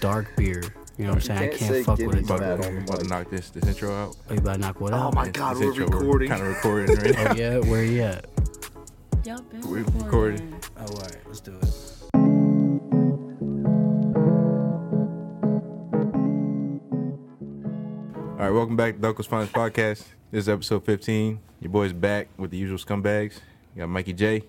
dark beer. You know what I'm saying? I can't can't say fuck give with a me dark that. beer. Don't- about to knock this this intro out. Oh, you better knock what Oh out? my God, we're recording. Kind of recording right now. Yeah, where you at? Y'all been We're recording. Oh, all right, let's do it. All right, welcome back to Dunkle's Finest Podcast. This is episode 15. Your boy's back with the usual scumbags. You got Mikey J.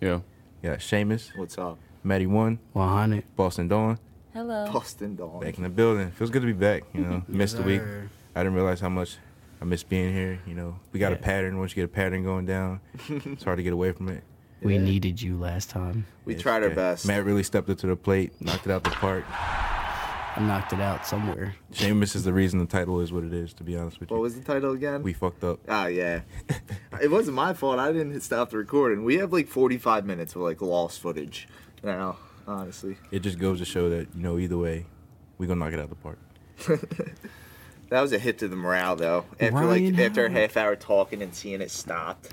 Yeah. You got Seamus, What's up? Matty One, 100. Boston Dawn. Hello. Boston dog. Back in the building. Feels good to be back. You know, missed the week. Sir. I didn't realize how much I missed being here. You know, we got a Yeah. pattern. Once you get a pattern going down, it's hard to get away from it. We Yeah. needed you last time. We It's- tried our yeah. best. Matt really stepped up to the plate, knocked it out the park. I knocked it out somewhere. Seamus is the reason the title is what it is, to be honest with you. What was the title again? we fucked up. Ah, yeah. it wasn't my fault. I didn't stop the recording. We have like 45 minutes of like lost footage now, honestly. It just goes to show that, you know, either way, we gonna knock it out the park. That was a hit to the morale, though. After Ryan like after a Howard. half hour talking and seeing it stopped.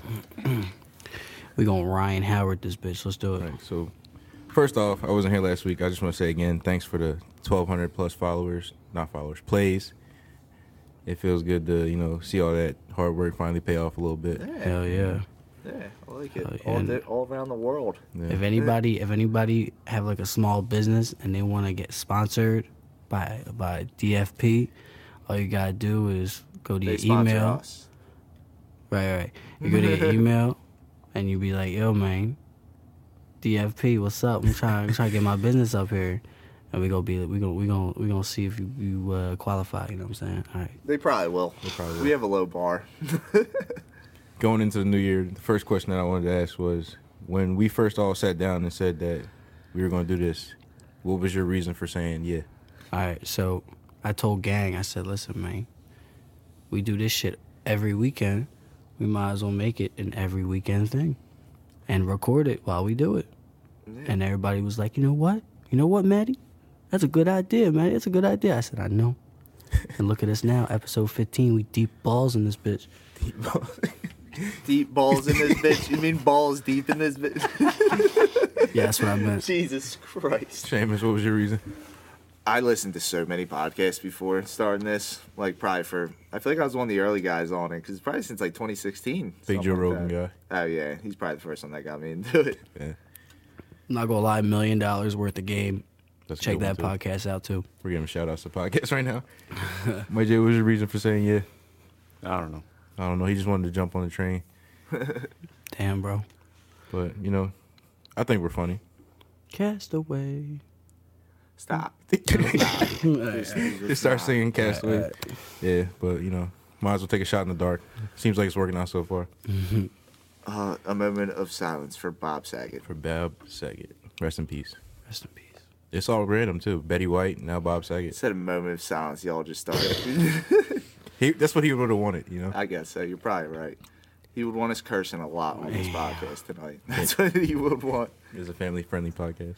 We going to Ryan Howard this bitch. Let's do it. Right. So first off, I wasn't here last week. I just wanna say again, thanks for the twelve hundred plus followers, not followers, plays. It feels good to, you know, see all that hard work finally pay off a little bit. Hell yeah. yeah, I like it. Oh, all, yeah. the, all around the world. Yeah. If anybody, if anybody have like a small business and they want to get sponsored by by DFP, all you gotta do is go to They your sponsor email. us. Right, right. You go to your email and you be like, "Yo, man, DFP, what's up? I'm trying, I'm trying to get my business up here." And we gonna be, we gonna, we gonna, we gonna see if you, you uh, qualify. You know what I'm saying? All right. They probably will. probably We will. have a low bar. Going into the new year, the first question that I wanted to ask was when we first all sat down and said that we were gonna do this, what was your reason for saying yeah? All right, so I told gang, I said, listen, man, we do this shit every weekend. We might as well make it an every weekend thing and record it while we do it. And everybody was like, you know what? You know what, Maddie? That's a good idea, man. It's a good idea. I said, I know. and look at us now, episode 15. We deep balls in this bitch. deep balls in this bitch. You mean balls deep in this bitch? Yeah, that's what I meant. Jesus Christ. Seamus, what was your reason? I listened to so many podcasts before starting this. Like probably for I feel like I was one of the early guys on it because probably since like 2016. Big something Joe like Rogan that. guy. Oh yeah, he's probably the first one that got me into it. Yeah, I'm not gonna lie, million dollars worth of game. that's a Check good one, that too. podcast out too. We're giving shout outs to podcasts right now. My J, what was your reason for saying yeah? I don't know. I don't know. He just wanted to jump on the train. Damn, bro. But, you know, I think we're funny. Castaway. Stop. Just- Just just start stop. singing Castaway. Yeah, but, you know, might as well take a shot in the dark. Seems like it's working out so far. Uh, a moment of silence for Bob Saget. For Bob Saget. Rest in peace. Rest in peace. It's all random, too. Betty White, now Bob Saget. Said a moment of silence. Y'all just started. He, that's what he would have wanted, you know? I guess so. You're probably right. He would want us cursing a lot on this podcast tonight. That's what he would want. It's a family friendly podcast.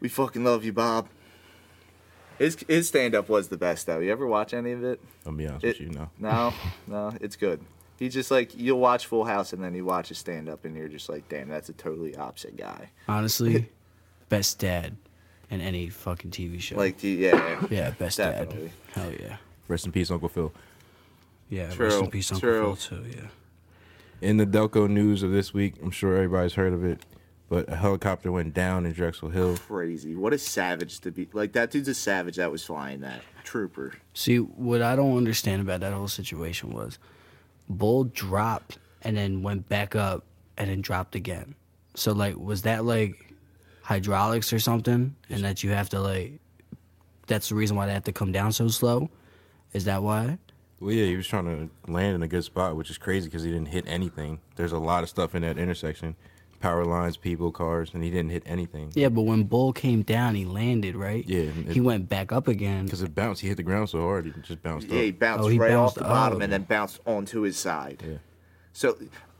We fucking love you, Bob. His his stand up was the best though. You ever watch any of it? I'll be honest It- with you, no. No, no, it's good. He just like you'll watch Full House and then you watch his stand up and you're just like, damn, that's a totally opposite guy. Honestly, best dad in any fucking TV show. Like, the- yeah, yeah, best definitely. dad. Hell yeah. Rest in peace, Uncle Phil. Yeah, rest True, in peace, Uncle true. Phil, too. Yeah. In the Delco news of this week, I'm sure everybody's heard of it, but a helicopter went down in Drexel Hill. crazy. What a savage to be. Like that dude's a savage that was flying that trooper. See, what I don't understand about that whole situation was Bull dropped and then went back up and then dropped again. So, like, was that like hydraulics or something? And that you have to, like, that's the reason why they have to come down so slow? Is that why? Well, yeah, he was trying to land in a good spot, which is crazy because he didn't hit anything. There's a lot of stuff in that intersection power lines, people, cars, and he didn't hit anything. Yeah, but when Bull came down, he landed, right? Yeah, it- he went back up again. Because it bounced. He hit the ground so hard, it just bounced Yeah, he up. bounced Oh, he right bounced off the bottom up. and then bounced onto his side. Yeah. So,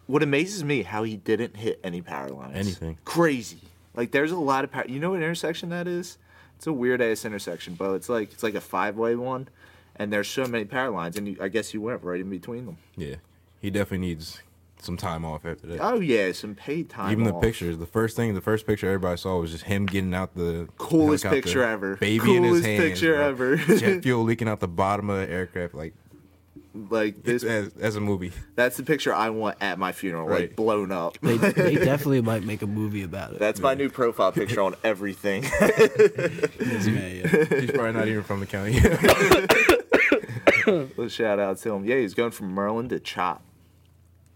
what amazes me how he didn't hit any power lines. Anything. Crazy. Like there's a lot of power. You know what intersection that is? It's a weird ass intersection, but it's like it's like a five way one, and there's so many power lines, and you, I guess you went right in between them. Yeah. He definitely needs some time off after that. Oh yeah, some paid time. Even off. the pictures. The first thing, the first picture everybody saw was just him getting out the Coolest helicopter, picture ever. Baby in his Coolest hands. picture bro. ever. Jet fuel leaking out the bottom of the aircraft. Like Like this, this as, as a movie. that's the picture I want at my funeral, like Right. blown up. They, they definitely might make a movie about it. That's my new profile picture on everything. yeah, yeah. He's probably not even from the county. Little shout out to him. Yeah, he's going from Merlin to Chop.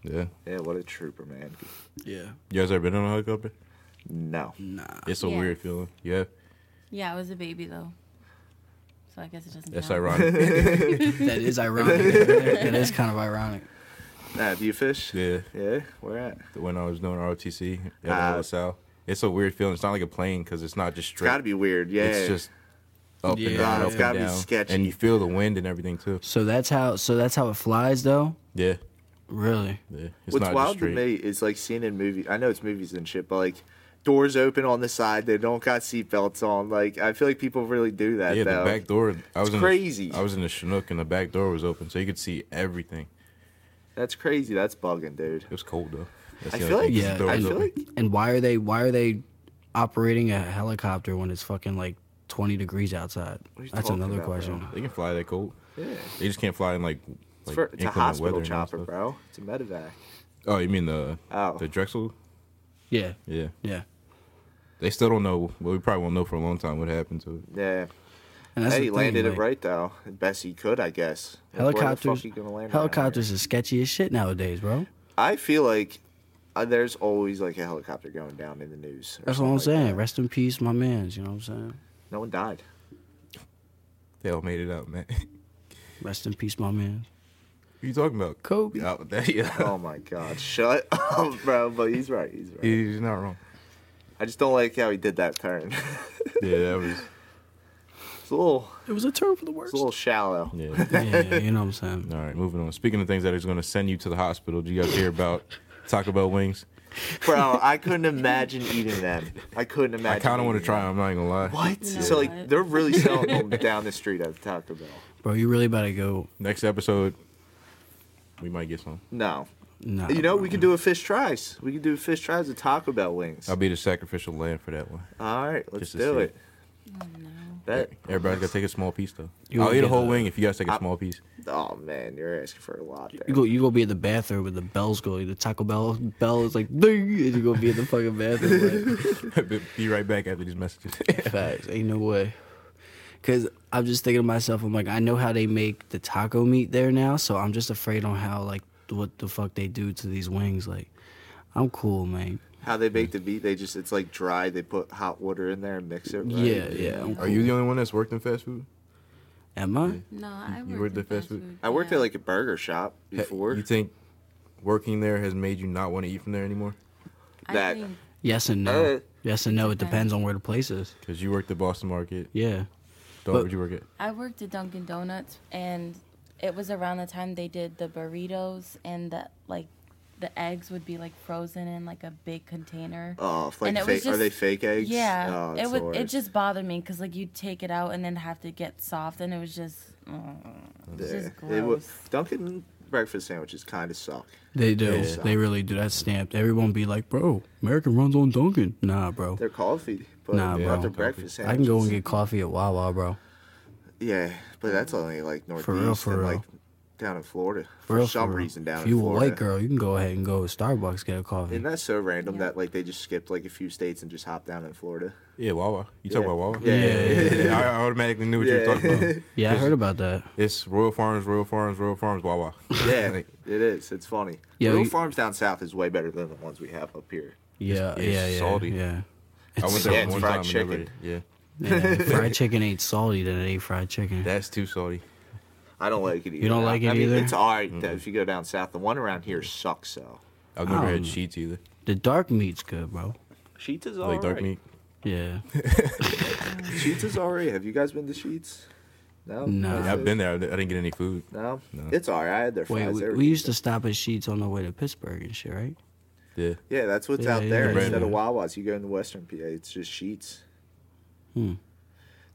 yeah. Yeah, what a trooper, man. yeah. You guys ever been on a helicopter? No. Mm. Nah. It's a Yeah. weird feeling. Yeah. Yeah, I was a baby though. So I guess it doesn't That's count. ironic. That is ironic. that is kind of ironic. Nah, do you fish? yeah. Yeah, where at? When I was doing ROTC at Ah. LaSalle. It's a weird feeling. It's not like a plane because it's not just It's straight. gotta be weird. Yeah. It's just up Yeah. and down. Nah, up it's and gotta be down. sketchy. And you feel the wind and everything too. So that's how. So that's how it flies, though. Yeah. Really. Yeah. It's What's not wild just to straight. me is like seeing in movies. I know it's movies and shit, but like doors open on the side, they don't got seatbelts on. Like I feel like people really do that. Yeah, though. the back door. I was in the- crazy. I was in the Chinook and the back door was open, so you could see everything. That's crazy. That's bugging, dude. It was cold though. That's I the feel only like thing, 'cause Yeah, the door I was feel open. like And why are they? Why are they operating a helicopter when it's fucking like 20 degrees outside? What are you That's talking another about, bro? question. they can fly that cold. yeah. They just can't fly in like. It's, like for, it's a inclement hospital weather and all chopper, that stuff. bro. It's a medevac. Oh, you mean the Oh. the Drexel? Yeah. Yeah, Yeah. they still don't know. Well, we probably won't know for a long time what happened to it. Yeah. And that's hey, the he thing, landed like, it right though, best he could, I guess. Like, where the fuck Helicopters. you gonna land around here? Helicopters are sketchy as shit nowadays, bro. I feel like uh, there's always like a helicopter going down in the news. or That's what I'm something like saying. that. Rest in peace, my man's. You know what I'm saying? No one died. They all made it out, man. Rest in peace, my man. Who you talking about? Kobe. Yeah, that- yeah. Oh my god, shut up, bro. But he's right. He's right. He's not wrong. I just don't like how he did that turn. Yeah, that was. it's a little, It was a turn for the worst. it's a little shallow. Yeah. yeah, you know what I'm saying. All right, moving on. Speaking of things that is going to send you to the hospital, do you guys hear about Taco Bell wings? Bro, I couldn't imagine eating them. I couldn't imagine. I kind of want to eating try. them. them, I'm not gonna lie. What? You know so like what? they're really selling them down the street at Taco Bell. Bro, you really better go. Next episode, we might get some. No. Nah, You know, bro. we could do a fish tries. We could do fish tries with Taco Bell wings. I'll be the sacrificial lamb for that one. All right, let's Just to do see. it. Oh, no. That, Everybody's got to take a small piece though. You I'll wanna eat a get whole a- wing if you guys take a I- small piece. oh man, you're asking for a lot You there. go, you go be at the bathroom with the bells going. The Taco Bell bell is like, ding, and you go be in the fucking bathroom. Be- be right back after these messages. Like, facts, ain't no way. Cause I'm just thinking to myself, I'm like, I know how they make the taco meat there now, so I'm just afraid on how like what the fuck they do to these wings. Like, I'm cool, man. How they bake the meat, they just it's like dry. They put hot water in there and mix it. Right? Yeah, yeah. I'm Are you the only one that's worked in fast food? cool. Am I? No, I worked, you worked at at fast fast food? food. I worked yeah. at like a burger shop before. You think working there has made you not want to eat from there anymore? I that. think- Yes and no. Uh, yes and no. It depends. depends on where the place is. Because you worked at Boston Market. Yeah. Don't But- would you work at? I worked at Dunkin' Donuts, and it was around the time they did the burritos, and the like, the eggs would be like frozen in like a big container. Oh, if, like And it fake, was are they just- fake eggs? Yeah, oh, it it's the would. It worst. just bothered me because like you take it out and then have to get soft, and it was just. mm, it was just Yeah. It would- gross. Dunkin' breakfast sandwiches kind of suck. They do. Yeah. They really do. That's stamped. Everyone be like, bro, American runs on Dunkin'. Nah, bro. They're coffee, but Nah, not bro. their Coffee. breakfast I sandwiches. can go and get coffee at Wawa, bro. Yeah, but that's only like northeast real, for and real. like down in Florida for, For real, some for real. reason down If in you a Florida. white girl, you can go ahead and go to Starbucks get a coffee. And that's so random Yeah. that like they just skipped like a few states and just hopped down in Florida. Yeah, Wawa. You talk Yeah. about Wawa? Yeah. yeah. I I automatically knew what you Yeah. were talking about. yeah, I heard about that. It's Royal Farms, Royal Farms, Royal Farms, Wawa. Yeah, Like, it is. It's funny. Yeah, Little we- farms down south is way better than the ones we have up here. Yeah, it's yeah, yeah, salty. yeah. I went It's, there Yeah, it's one fried time. and never chicken. ate. Yeah, yeah, if fried chicken ain't salty, then it ain't fried chicken. that's too salty. I don't like it either. don't like I it mean, either? Mm-hmm. It's all right that if you go down south. The one around here sucks though. I've never Um, had sheets either. the dark meat's good, bro. Sheets is all Like dark right. meat. Yeah, Sheets is all right. Have you guys been to Sheets? No. No. Is Yeah, I've it? been there. I di- I didn't get any food. No? No. It's all right. I had their wait, fries. we, They were we used to decent. stop at Sheets on the way to Pittsburgh and shit, right? Yeah. Yeah, that's what's Yeah, out yeah, there. yeah. Instead of Redmond. Wawa's, you go in the Western PA, it's just Sheets. Hmm.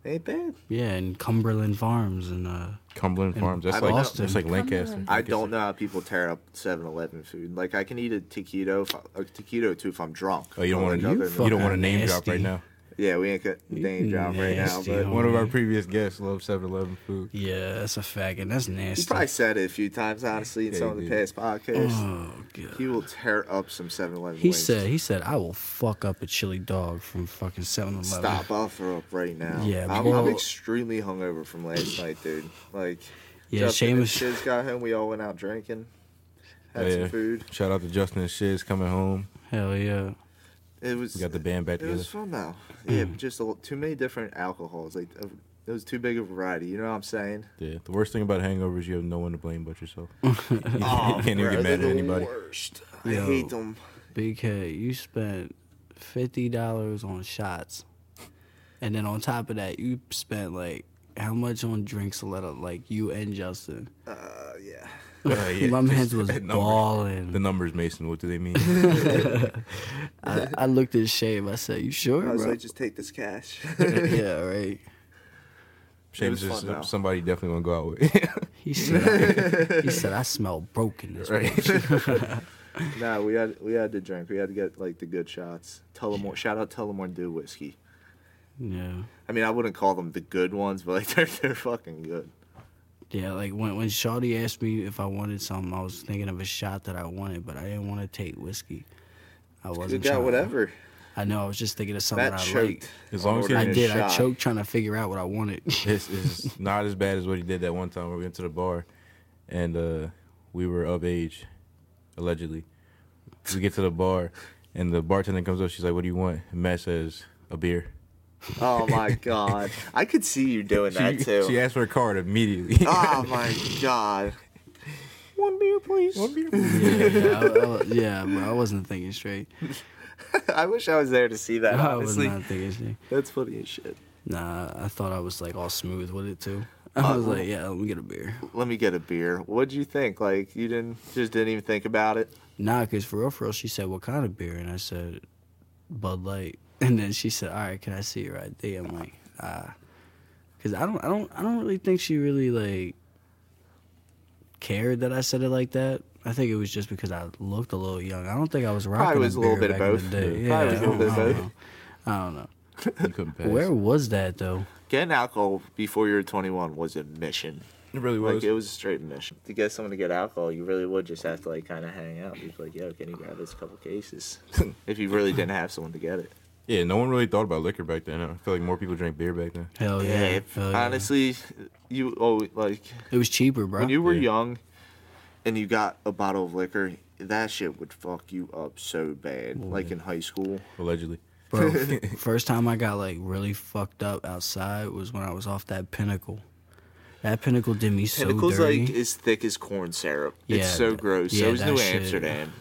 They ain't bad. Yeah, and Cumberland Farms and uh Cumberland In Farms. That's I like Boston. that's like Cumberland. Lancaster. I don't know how people tear up 7-Eleven food. Like I can eat a taquito, if I- a taquito too, if I'm drunk. Oh, you don't But, want to like, other than- you don't want to name drop Nasty. right now. Yeah, we ain't got name job right now, Nasty, but homie. One of our previous guests loved 7-Eleven food. yeah, that's a fact and that's nasty. he probably said it a few times honestly in Yeah, some of he the past did. podcasts. oh god. He will tear up some 7-Eleven. He wings. said, he said, I will fuck up a chili dog from fucking 7 Eleven. Stop! I'll throw up right now. Yeah, I'm, well- I'm extremely hungover from last night, dude. Like, Yeah, Justin and Seamus- Shiz got home. We all went out drinking, had Oh, Yeah. some food. Shout out to Justin and Shiz coming home. Hell yeah. It was. We got the band back It together. Mm. was fun though. Yeah, but just a, l- too many different alcohols. Like uh, it was too big of a variety. You know what I'm saying? Yeah. The worst thing about hangovers, you have no one to blame but yourself. you can't even Bro, get they're mad at the anybody. worst. I Yo. hate them. BK, you spent $50 on shots. And then on top of that, you spent like how much on drinks, Letta? Like you and Justin. Uh, yeah. Uh, yeah, My just man's was that number. The balling. numbers, Mason. What do they mean? I, I looked at Shave. I said, "You sure, I was bro?" like, just take this cash. yeah, right. It Shame was is just fun, though. somebody definitely gonna go out with. He said, I, "He said I smell broken." This right. nah, we had we had to drink. We had to get like the good shots. Tullamore, shout out Tullamore Dew whiskey. Yeah. I mean, I wouldn't call them the good ones, but like they're they're fucking good. Yeah, like when when Shawty asked me if I wanted something, I was thinking of a shot that I wanted, but I didn't want to take whiskey. I You wasn't. got tryna- whatever. I know. I was just thinking of something That I choked. liked. As long as Ordered I a Getting did. I shot. choked trying to figure out what I wanted. this is not as bad as what he did that one time where we went to the bar and uh, we were of age, allegedly. We get to the bar and the bartender comes up. She's like, What do you want? And Matt says, A beer. Oh my god, I could see you doing that she, too. she asked for a card immediately. Oh my god. One beer, please. One beer. yeah, yeah, I, I, yeah, bro. I wasn't thinking straight. I wish I was there to see that. I was Honestly, not thinking straight. that's funny as shit. Nah, I thought I was like all smooth with it too. I Uh, was well- like, yeah, let me get a beer. Let me get a beer. What'd you think? Like you didn't just didn't even think about it. Nah, cause for real, for real, she said, "What kind of beer?" And I said, "Bud Light." And then she said, "All right, can I see your ID?" I'm like, ah, cause I don't, I don't, I don't really think she really like cared that I said it like that. I think it was just because I looked a little young. I don't think I was rocking. Probably was a little beer bit of back in the both. day. Probably Yeah, was a little I bit of don't both. know. I don't know. You couldn't pass. Where was that though? Getting alcohol before you were 21 was a mission. It really Like was. it was a straight mission. To get someone to get alcohol, you really would just have to like kind of hang out. Be like, yo, can you grab us a couple cases? if you really didn't have someone to get it. yeah, no one really thought about liquor back then. I feel like more people drank beer back then. Hell Oh, yeah! if- hell yeah. honestly, you oh like it was cheaper, bro. When you were Yeah. young and you got a bottle of liquor, that shit would fuck you up so bad. like in high school. Allegedly. Bro, f- first time I got like really fucked up outside was when I was off that pinnacle. That pinnacle did me so Pinnacle's dirty. like as thick as corn syrup. Yeah, it's so th- gross. yeah, so is that New shit- Amsterdam.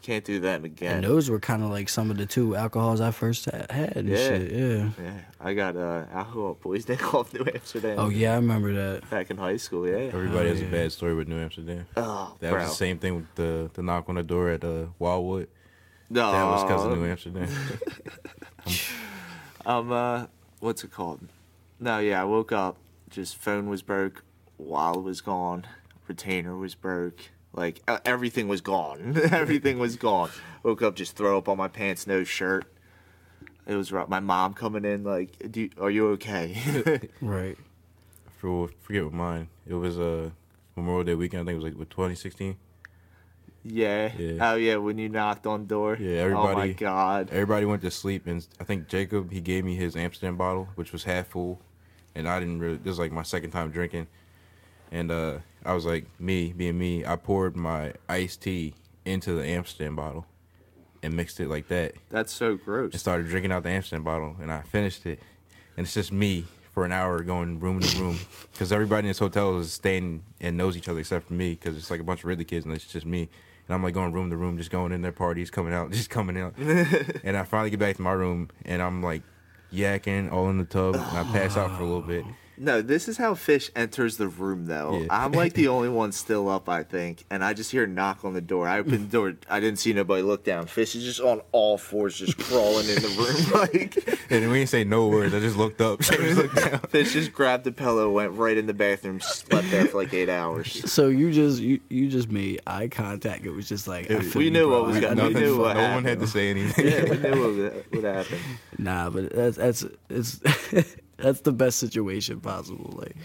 Can't do that again. and those were kind of like some of the two alcohols I first ha- had and Yeah. shit. Yeah. Yeah, I got uh, alcohol poisoning off New Amsterdam. Oh yeah, I remember that. Back in high school, yeah. Everybody Oh, has yeah. a bad story with New Amsterdam. Oh, That bro. was the same thing with the, the knock on the door at uh, Wildwood. No, That was because of New Amsterdam. Um, uh, what's it called? No, yeah, I woke up. Just phone was broke, wallet was gone, retainer was broke. Like uh, everything was gone. everything was gone. Woke up, just throw up on my pants, no shirt. It was rough. my mom coming in. Like, Do you, are you okay? Right. for forget what mine. It was uh, Memorial Day weekend. I think it was like with 2016. yeah. Yeah. Oh yeah, when you knocked on door. Yeah, Oh my everybody- god. Everybody went to sleep, and I think Jacob he gave me his Amsterdam bottle, which was half full, and I didn't really. This was like my second time drinking, and uh, I was like me being me. I poured my iced tea into the Amsterdam bottle, and mixed it like that, That's so and gross. started drinking out the Amsterdam bottle, and I finished it, and it's just me for an hour going room to room, because everybody in this hotel is staying and knows each other except for me, because it's like a bunch of Ridley kids, and it's just me, and I'm like going room to room, just going in their parties, coming out, just coming out, and I finally get back to my room, and I'm like yakking all in the tub, and I pass out for a little bit, No, this is how Fish enters the room, though. Yeah. I'm like the only one still up, I think, and I just hear a knock on the door. I open the door. I didn't see nobody look down. Fish is just on all fours, just crawling in the room. Like And we didn't say no words. I just looked up. I just looked down. Fish just grabbed the pillow, went right in the bathroom, slept there for like eight hours. So you just you, you just made eye contact. It was just like I It- feel we you, knew bro. what was I- gonna- I- we Nothing. knew No what one had happened. to say anything. Yeah, we knew what would happen. Nah, but that's that's it's that's the best situation possible. Like,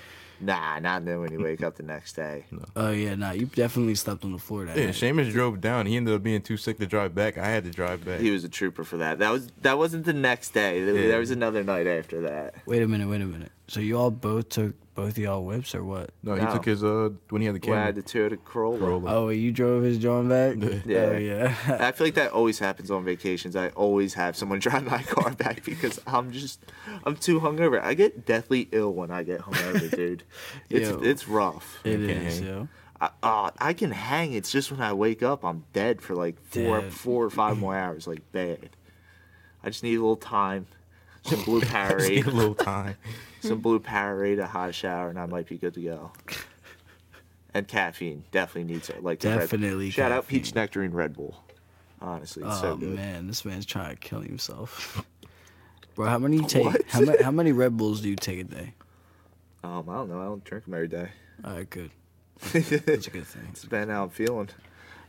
Nah, not then when you wake up the next day. oh yeah, nah, you definitely slept on the floor that Yeah, night. Seamus drove down. He ended up being too sick to drive back. I had to drive back. He was a trooper for that. That was that wasn't the next day. There, Yeah. there was another night after that. Wait a minute, wait a minute. So you all both took both of y'all whips or what? no, he No. took his uh when he had the When I camera. had the Toyota Corolla. Corolla. Oh, you drove his John back? Yeah. Oh, yeah. I feel like that always happens on vacations. I always have someone drive my car back because I'm just I'm too hungover. I get deathly ill when I get hungover, dude. It's Yo. it's rough. It Okay. is, yo. I, uh, I can hang. It's just when I wake up, I'm dead for like four Dead. four or five more hours, like bad. I just need a little time, some blue Just need a Powerade, little time. some blue Powerade, a hot shower, and I might be good to go. And caffeine definitely needs it. Like the Red- Definitely shout out peach caffeine. nectarine Red Bull. Honestly, it's Oh so good. man, this man's trying to kill himself. Bro, how many you take? What? How, ma- how many Red Bulls do you take a day? Um, I don't know. I don't drink them every day. All right, good. it's That's a good thing. been how I'm feeling.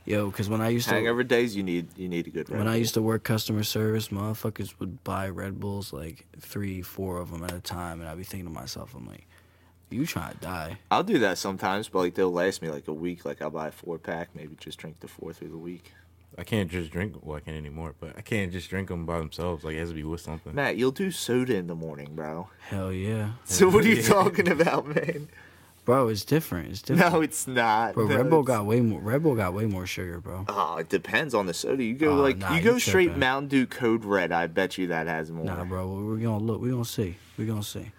Yo, because when I used to Hangover days, you need you need a good. Red when I Bull. used to work customer service, motherfuckers would buy Red Bulls like three, four of them at a time, and I'd be thinking to myself, I'm like, you trying to die? I'll do that sometimes, but like they'll last me like a week. Like I'll buy a four pack, maybe just drink the four through the week. I can't just drink. Well, I can't anymore. But I can't just drink them by themselves. Like it has to be with something. Matt, you'll do soda in the morning, bro. Hell yeah, So what are you talking about, man? bro. It's different. It's different. No, it's not. bro, no, Red Bull it's- got way more. Red Bull got way more sugar, bro. Oh, it depends on the soda. You go Oh, like nah, you go you straight tripping. Mountain Dew Code Red. I bet you that has more. Nah, bro. We're gonna look. We're gonna see. We're gonna see.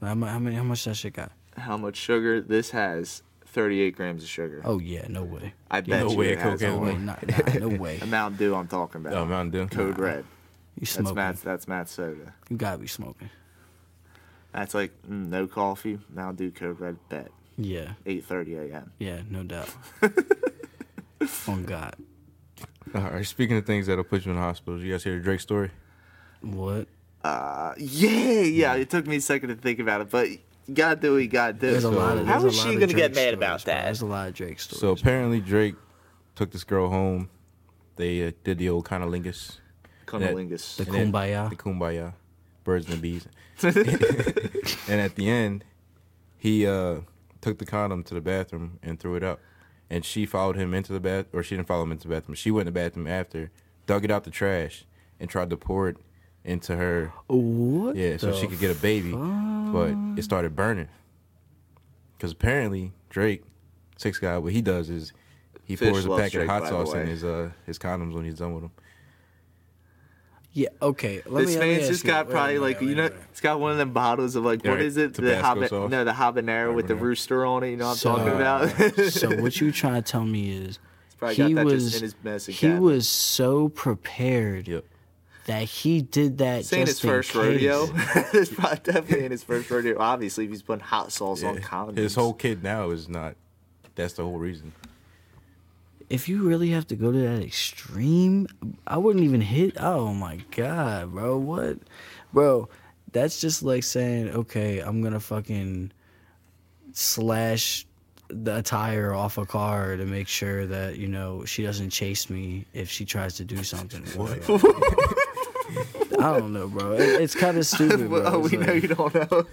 How much? How, many, how much that shit got? How much sugar this has? Thirty-eight grams of sugar. Oh yeah, no way. I bet no you way it a has Coke has No more. way. Nah, nah, no way. A Mountain Dew, I'm talking about. Oh, Mountain Dew. Code Red. You That's smoking? Matt's. That's Matt's soda. You gotta be smoking. That's like mm, no coffee. Now do code red bet. Yeah. 8:30 a.m. Yeah. No doubt. On God. All right. Speaking of things that'll put you in the hospital, you guys hear the Drake story? What? Uh, yeah, yeah. It took me a second to think about it, but God do we God do. There's a lot of. How there's a is lot she of gonna Drake get mad stories, about bro. that? There's a lot of Drake stories. So apparently Drake took this girl home. They uh, did the old kind of lingus, Cunnilingus. the and then- kumbaya. the kumbaya, birds and bees. and at the end, he uh, took the condom to the bathroom and threw it out. And she followed him into the bath, or she didn't follow him into the bathroom. She went in the bathroom after, dug it out the trash, and tried to pour it into her. what? Yeah, so the she could get a baby, but it started burning. Because apparently Drake, six guy, what he does is he Fish pours a loves packet of Drake, hot by the sauce in way. his uh his condoms when he's done with them. Yeah. Okay. Let This me, let me man's ask just you- got wait a probably minute, like wait you a know, minute. it's got one of them bottles of like what Right, is it? The Tabasco haba- sauce. no, the habanero with the Habanero. rooster on it. You know what I'm talking about? uh, so what you trying to tell me is probably got he that just was in his medicine he cabinet. was so prepared Yep. that he did that Saying just his first in case. rodeo. it's probably definitely in his first rodeo. Obviously, if he's putting hot sauce on condoms. His whole kid now is not. That's the whole reason. If you really have to go to that extreme, I wouldn't even hit. Oh my god, bro, what, bro? That's just like saying, okay, I'm gonna fucking slash the tire off a car to make sure that you know she doesn't chase me if she tries to do something. I don't know, bro. It, it's kind of stupid. Bro. Oh, It's we like- know you don't know.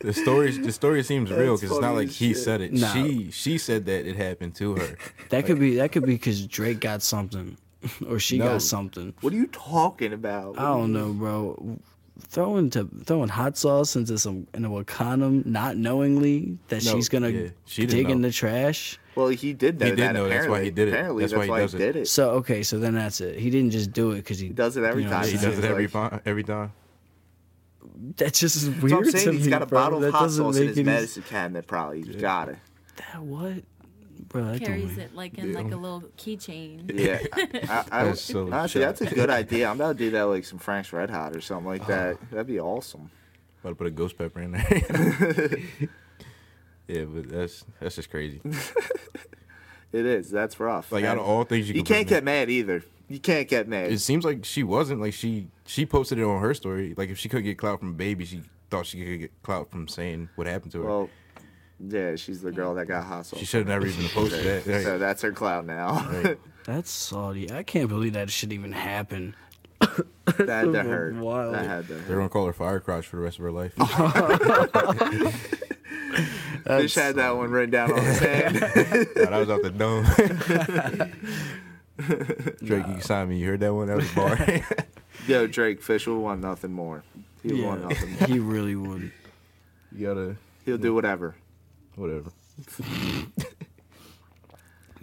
The story the story seems real because it's not funny like as he shit. said it. Nah. She she said that it happened to her. That could be that could be because Drake got something, or she No. got something. what are you talking about? I don't know, bro. Throwing to throwing hot sauce into some into a condom, not knowingly that No, she's gonna yeah, she didn't dig in know. the trash. Well, he did know He did that. know, that's why apparently. he did it. Apparently, That's that's, why he why, does he it. did it. So okay, so then that's it. He didn't just do it because he, does it every what time. I'm He saying? does it every fi- every time. That just is weird That's what I'm to saying. me. He's got a bro. bottle that of hot doesn't sauce make in his any- medicine cabinet, probably. He's got it. That what, bro? That don't Carries make- it like in like a little keychain. Yeah. I, I, That's so honestly, shut that's a good idea. I'm about to do that like some Frank's Red Hot or something like that. That'd be awesome. About to put a ghost pepper in there. yeah, but that's that's just crazy. It is. That's rough. Like, out And of all things you you could put can't in get mad either. You can't get mad. It seems like she wasn't like she she posted it on her story. Like if she could get clout from baby, she thought she could get clout from saying what happened to her. well, yeah, she's the girl that got hustled. she should have never even posted that. Like, So that's her clout now. Right. That's salty. I can't believe that shit even happened. that had to hurt. Wild. That had to hurt. they're gonna call her fire crotch for the rest of her life. Fish had that one written down on his hand. God, I was out the dome. Drake, you can sign me. You heard that one? That was a bar. Yo, Drake, Fish will want nothing more. He'll want Yeah, nothing more. he really would. you gotta He'll do whatever. whatever.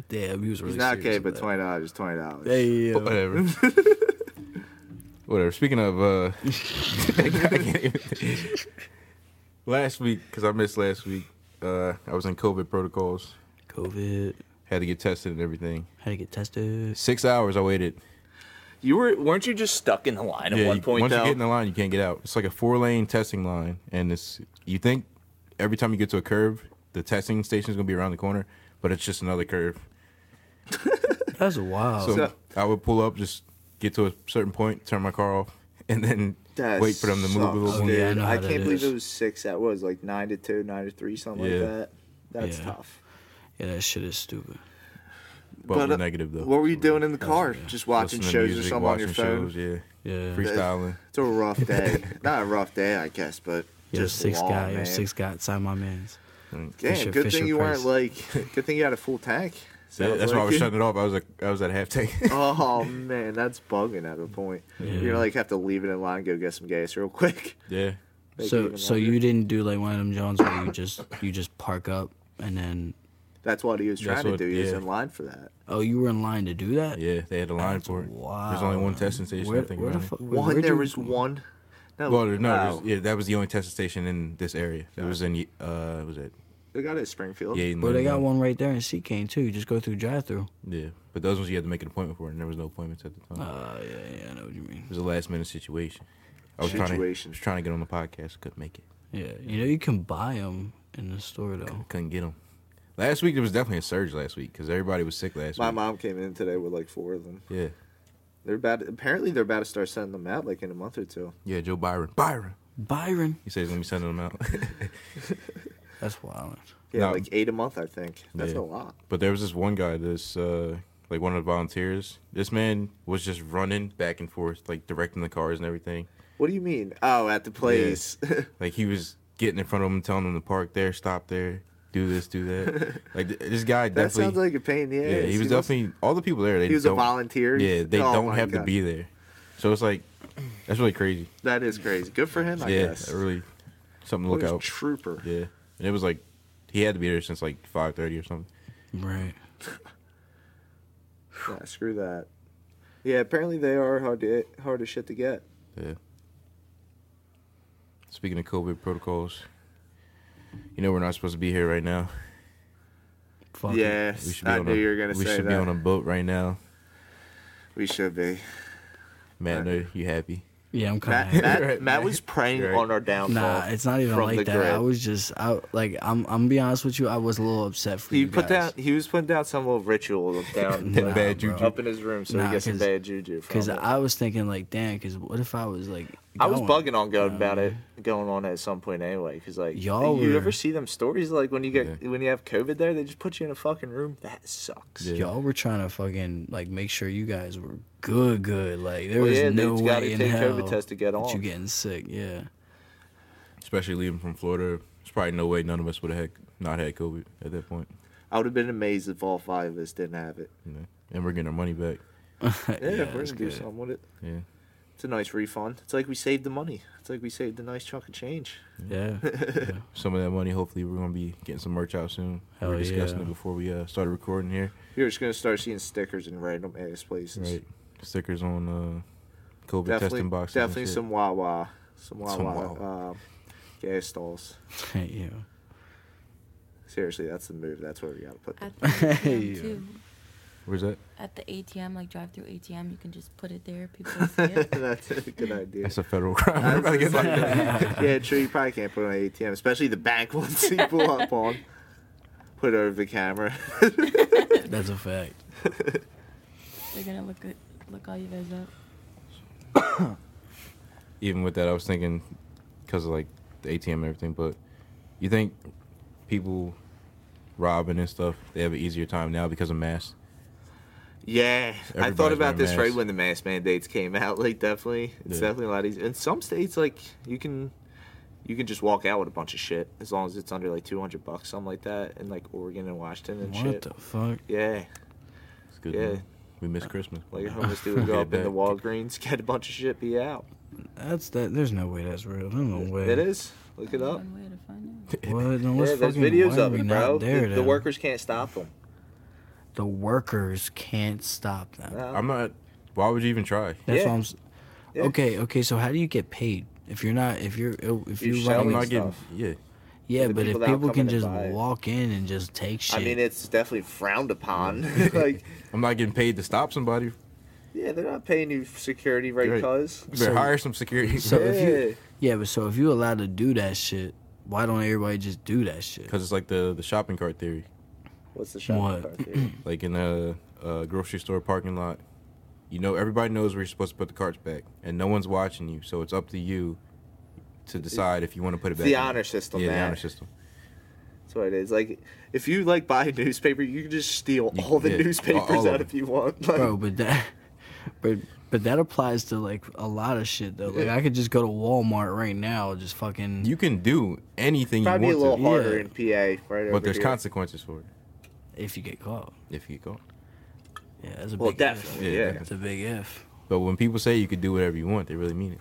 Damn, he was really He's not serious gay, but about twenty dollars, twenty dollars. it. Hey, yo. Whatever. whatever. Speaking of, uh, I can't even- last week because I missed last week. Uh, I was in COVID protocols. COVID. Had to get tested and everything. Had to get tested. Six hours I waited. You were weren't you just stuck in the line Yeah, you- once you get in the line, you can't get out. It's like a four lane testing line, and it's you think every time you get to a curve, the testing station is gonna be around the corner, but it's just another curve. That's wild. So Oh, So- I would pull up, just get to a certain point, turn my car off, and then That wait for them to move a sucks, little. dude. Yeah, I know how I that can't believe is. it was six. That was like nine to two, nine to three, something Yeah. like that. That's Yeah. tough. yeah, that shit is stupid. But, But, we're uh, negative though. What were you doing in the car? Just watching Listening to shows music, or something on your watching phone? shows, yeah. Yeah. freestyling. It's a rough day. Not a rough day, I guess, but Yo, just six long, guy, yo, man. six guy, sign my man's. Damn, Fisher- good Fisher thing you Price. weren't like. Good thing you had a full tank. That- Sounds that's why I like was it. shutting it off. I was like, I was at half tank. Oh man, that's bugging at a point. Yeah. You're gonna like have to leave it in line, go get some gas real quick. yeah, Make it So, even so longer. you didn't do like one of them Jones where you just you just park up and then That's what he was That's trying to what- do. He was yeah. in line for that. oh you were in line to do that. yeah. They had a line That's for it. wild. There's only one testing station. Where, I think where the around fuck? here. where- One, where'd there you- was one. No, Well, no, Oh, wow. there's- yeah, that was the only testing station in this area. It was in, uh, was it? they got it at Springfield. Yaden Well, they got Lebanon. one right there in Seacane too. You just go through drive through. Yeah, but those ones you had to make an appointment for, and there was no appointments at the time. Uh, yeah, yeah, I know what you mean. it was a last minute situation. I was trying to, Situation. was trying to get on the podcast, couldn't make it. Yeah, you know you can buy them in the store though. Couldn't get them. Last week there was definitely a surge last week because everybody was sick last My week. mom came in today with like four of them. Yeah, They're about. Apparently, they're about to start sending them out like in a month or two. yeah, Joe Byron, Byron. Byron, He says, "Let me send them out." that's wild. Yeah, No. like eight a month, I think. That's Yeah. a lot. But there was this one guy, this uh, like one of the volunteers. This man was just running back and forth, like directing the cars and everything. What do you mean? Oh, at the place. Like he was getting in front of them, telling them to park there, stop there, do this, do that. like th- this guy that definitely. sounds like a pain in the ass. yeah, he was must- definitely all the people there. They He was a don't- volunteer. Yeah, they Oh don't my have to God. be there, so it's like that's really crazy. That is crazy. Good for him, I yeah, guess. really something to What look a out. Trooper. yeah, and it was like he had to be there since like five thirty or something. Right. Nah, screw that. Yeah, apparently they are hard to hard as shit to get. Yeah. Speaking of COVID protocols, you know we're not supposed to be here right now. Fuck it. We yes, should be I on knew a, you were gonna we say should that. be on a boat right now. we should be. Matt, no, you happy? Yeah, I'm kind Matt, of. Matt, Right, Matt right. was praying Right. on our downfall. Nah, it's not even from the like that. I grid. was just, I like, I'm, I'm be honest with you. I was a little upset for He you put guys. down. He was putting down some little ritual of down uh, Nah, bad bro. juju. up in his room so Nah, he gets some 'cause- bad juju. From Because it. I was thinking like, damn. Because what if I was like, I was going? bugging on going about it going on at some point anyway because like uh, Y'all you were- ever see them stories like when you get when you have COVID there they just put you in a fucking room that sucks. Yeah. Y'all were trying to fucking like make sure you guys were good, good. Like there Well, was yeah, no dude's way gotta in take hell COVID test to get that on. You getting sick? Yeah. Especially leaving from Florida, there's probably no way none of us would have had, not had COVID at that point. I would have been amazed if all five of us didn't have it. You know? And we're getting our money back. Yeah, Yeah, if we're that's gonna do good. something with it. Yeah, It's a nice refund. It's like we saved the money. It's like we saved a nice chunk of change. Yeah. yeah. some of that money. Hopefully, we're gonna be getting some merch out soon. we Hell were discussing yeah. it before we uh, started recording here. You're just gonna start seeing stickers in random ass places. Right, stickers on uh, COVID Definitely, testing boxes. and definitely shit. some Wawa, some Wawa, Some Wawa. um, gas stalls. yeah. Seriously, that's the move. That's where we gotta put them. At the Hey, ATM, too. Where's that? At the ATM, like drive through ATM, you can just put it there. People will see it. That's a good idea. That's a federal crime. That's Everybody gets like that. yeah, true. You probably can't put it on an ATM, especially the bank ones you pull up on. Put it over the camera. That's a fact. They're gonna look at, look all you guys up. Even with that, I was thinking because of like the ATM and everything. But you think people robbing and stuff they have an easier time now because of masks? yeah, I Everybody's thought about wearing this right masks. when the mask mandates came out. Like, definitely, it's Yeah. definitely a lot easier. In some states, like you can, you can just walk out with a bunch of shit as long as it's under like two hundred bucks, something like that, in like Oregon and Washington and What shit. the fuck? yeah, It's good. Yeah. man. we miss Christmas. like a homeless dude would Get go up in the back. Walgreens, get a bunch of shit, be out. That's that. There's no way that's real. There's no way. It is. Look it up. One way to find out. What? No, what's yeah, there's fucking- videos why are of we it, not bro. there The, the then? workers can't stop them. The workers can't stop them. I'm not. Why would you even try? That's Yeah. what I'm. s Yeah. Okay, okay. So how do you get paid if you're not if you're if You're you're, selling running? I'm not getting. stuff. Yeah. yeah, the but people if that people come can in and just buy it. walk in and just take shit, I mean, it's definitely frowned upon. like, I'm not getting paid to stop somebody. You yeah, they're not paying you security, right, Right. cuz? better So- hire some security. So yeah. if you- yeah, but so if you allowed to do that shit, why don't everybody just do that shit? Because it's like the, the shopping cart theory. What's the shopping What? cart theory? Like in a, a grocery store parking lot, you know, everybody knows where you're supposed to put the carts back, and no one's watching you. So it's up to you to decide if you want to put it It's back. the or not. honor system, Yeah, the man. honor system. That's what it is. Like, if you, like, buy a newspaper, you can just steal You- all the yeah, newspapers all of out them. if you want. Like, Bro, but that, but but that applies to like a lot of shit though. Like I could just go to Walmart right now, and just fucking. You can do anything probably a you little want to, yeah. harder in PA, right? over but there's here. consequences for it if you get caught, if you go. yeah, that's a Well, big definitely, Yeah. yeah. If. It's a big if. But when people say you could do whatever you want, they really mean it.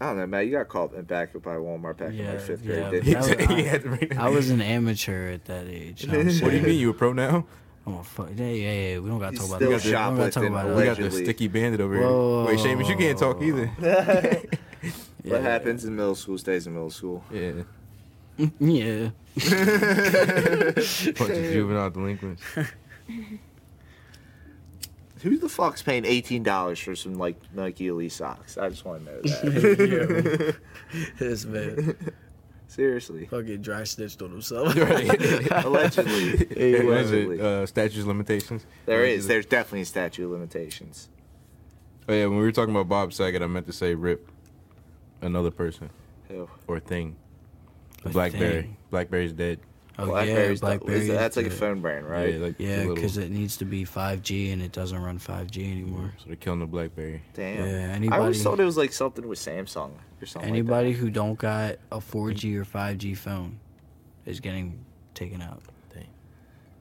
I don't know, man. You got caught in back by Walmart back in, Yeah, like, fifth yeah, grade, but didn't that you? was- You had to bring that- I was an amateur at that age. you know what I'm What do you saying? mean you a pro now? I'm a fuck. Yeah, yeah, yeah. We don't gotta He's talk about still that. We don't gotta talk shoplifting about We that. got the Allegedly. sticky bandit over Whoa. here. Wait, Seamus, you can't talk either. What happens in middle school stays in middle school. Yeah. Yeah. Bunch of juvenile delinquents. Who the fuck's paying eighteen dollars for some like Nike Elite socks? I just want to know that. this man Seriously, fucking dry snitched on himself. allegedly, Hey, what is allegedly, it? Uh, statutes of limitations. there is. There's definitely a statute of limitations. Oh yeah, when we were talking about Bob Saget, I meant to say rip another person Ew. or thing. A Blackberry. thing. Blackberry's dead. Oh, Blackberry's yeah, the- Blackberry. is that- that's like a the- phone brand, right? Yeah, like the Yeah, little- because it needs to be 5G and it doesn't run 5G anymore. so they're killing the BlackBerry. Damn. Yeah, I anybody- always thought it was like something with Samsung or something. Anybody Like Mm. who don't got a 4G or 5G phone is getting taken out. Dang.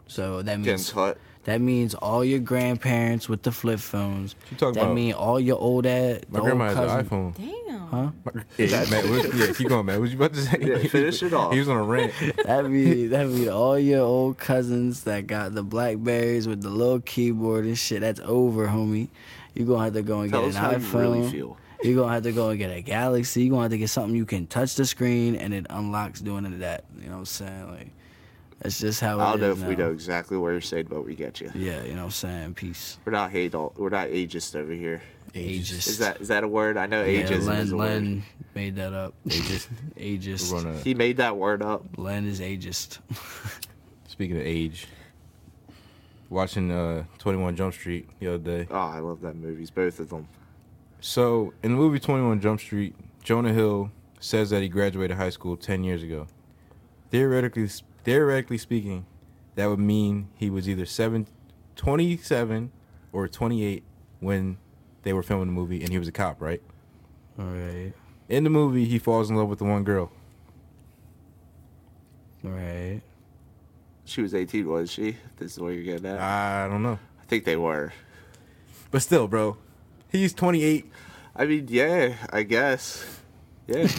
So that that. Getting means cut. that means all your grandparents with the flip phones. You talking That about- mean all your old ass. the My old grandma has cousin- an iPhone. Damn. Huh? Yeah, Matt, what- yeah, keep going, man. What you about to say? Yeah, finish it off. He was on a rant. That'd be that'd be all your old cousins that got the blackberries with the little keyboard and shit. That's over, homie. You're gonna have to go and Tell get us how an you really iPhone. feel. are gonna have to go and get a Galaxy. You're gonna have to get something you can touch the screen and it unlocks doing it that. You know what I'm saying? Like that's just how it I don't know if is we now. know exactly what you're saying, but we get you. Yeah, you know what I'm saying? Peace. We're not hate all. We're not ageist over here. Aegis. Is that is that a word? I know yeah, ageism is Len a word. Len made that up. Aegis. Aegis. We're on a, He made that word up. Len is ageist. speaking of age, watching uh, 21 Jump Street the other day. Oh, I love that movies, both of them. So in the movie Twenty One Jump Street, Jonah Hill says that he graduated high school ten years ago. Theoretically, theoretically speaking, that would mean he was either seven, 27 or twenty eight when they were filming the movie, and he was a cop, right? all right. In the movie, he falls in love with the one girl. All right. She was 18, was she? This is what you're getting at. I don't know, I think they were. but still, bro, he's twenty eight. I mean, yeah, I guess. Yeah.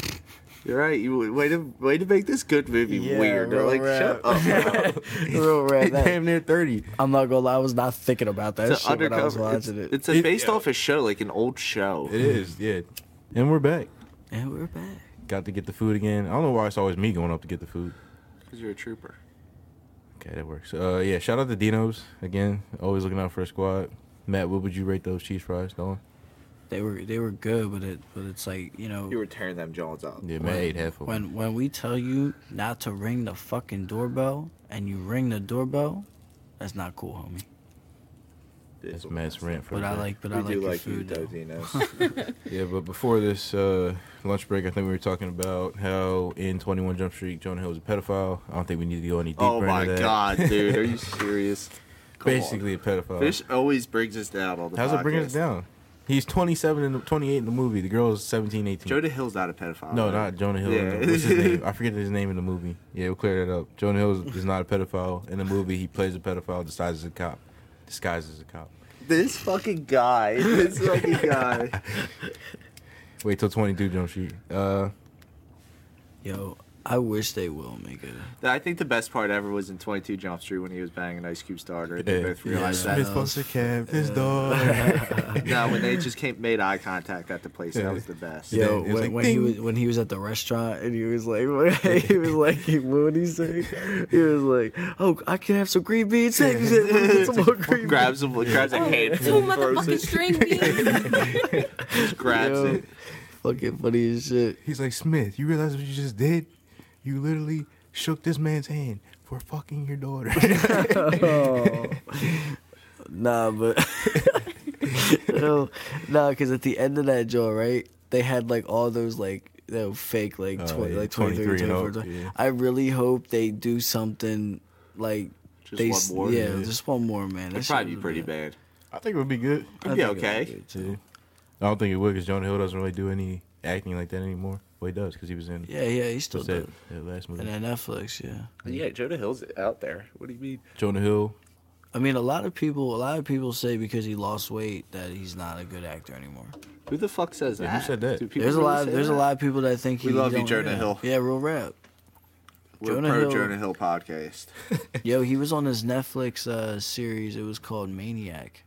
You're right. You way to way to make this good movie Yeah, weird. They're real like, rap. shut up. bro." Real rap. That- damn near thirty. I'm not gonna lie, I was not thinking about that It's shit an when I was undercover. It's, watching it. it's a, It- based off a show, like an old show. It is, yeah. Mm-hmm. And we're back. and we're back. Got to get the food again. I don't know why it's always me going up to get the food. Because you're a trooper. Okay, that works. Uh, yeah, shout out to Dino's again. Always looking out for a squad. Matt, what would you rate those cheese fries, Nolan? They were they were good, but it but it's like you know You were tearing them jaws up. Yeah, Matt ate half of them. when when we tell you not to ring the fucking doorbell and you ring the doorbell, that's not cool, homie. That's Matt's rant for But the I day. like but We I like do your like you, food though, though. Dinos. Yeah, but before this uh, lunch break, I think we were talking about how in 21 Jump Street, Jonah Hill was a pedophile. I don't think we need to go any deeper oh into my that. god, dude, are you serious? Come on. Basically a pedophile. Fish always brings us down on the How's it bringing us podcast. down? He's 27 and 28 in the movie. The girl is 17, 18. Jonah Hill's not a pedophile. no, right? not Jonah Hill. Yeah. What's his name? Uh, I forget his name in the movie. Yeah, we'll clear that up. Jonah Hill is, is not a pedophile. In the movie, he plays a pedophile, disguises as a cop. Disguises as a cop. This fucking guy. This fucking guy. Wait till 22 Jump Street. Uh, Yo, I wish they will make it. I think the best part ever was in 22 Jump Street when he was banging Ice Cube Starter. and They Yeah. both realized Yeah. that. Smith Foster Cab, his dog. No, when they just came, made eye contact at the place, that was the best. Yeah. Yo, it was when, like, when he "Ding." was when he was at the restaurant and he was like, he was like, what would he say? He was like, oh, I can have some green beans. Hey, get some more green beans. Grabs him, grabs a handful, Oh, Two throws motherfucking it, string beans. just grabs Yo. it. Fucking funny as shit. He's like, Smith, you realize what you just did? You literally shook this man's hand for fucking your daughter. Nah, but no, nah, because at the end of that joint, right? They had like all those like you know, fake like Oh, twenty, yeah, like 23, 23 and 24, up, 20. yeah. I really hope they do something like Just they, one s- more? Yeah, Yeah. just one more, man. That That'd shit probably be was pretty bad. bad. I think it would be good. I It'd be think it okay. was good, too. I don't think it would because Jonah Hill doesn't really do any acting like that anymore. Well, he does because he was in Yeah, yeah, he still what's that, did. that last And movie. then Netflix, yeah. Yeah, Jonah Hill's out there. What do you mean? Jonah Hill. I mean, a lot of people, a lot of people say because he lost weight that he's not a good actor anymore. Who the fuck says that? Yeah, who said that? Do people There's a really lot, say there's a that? lot of people that think he. We love you, don't- Jonah yeah. Hill. Yeah, real rap. We're Jonah pro Hill- Jonah Hill podcast. Yo, he was on his Netflix uh, series. It was called Maniac.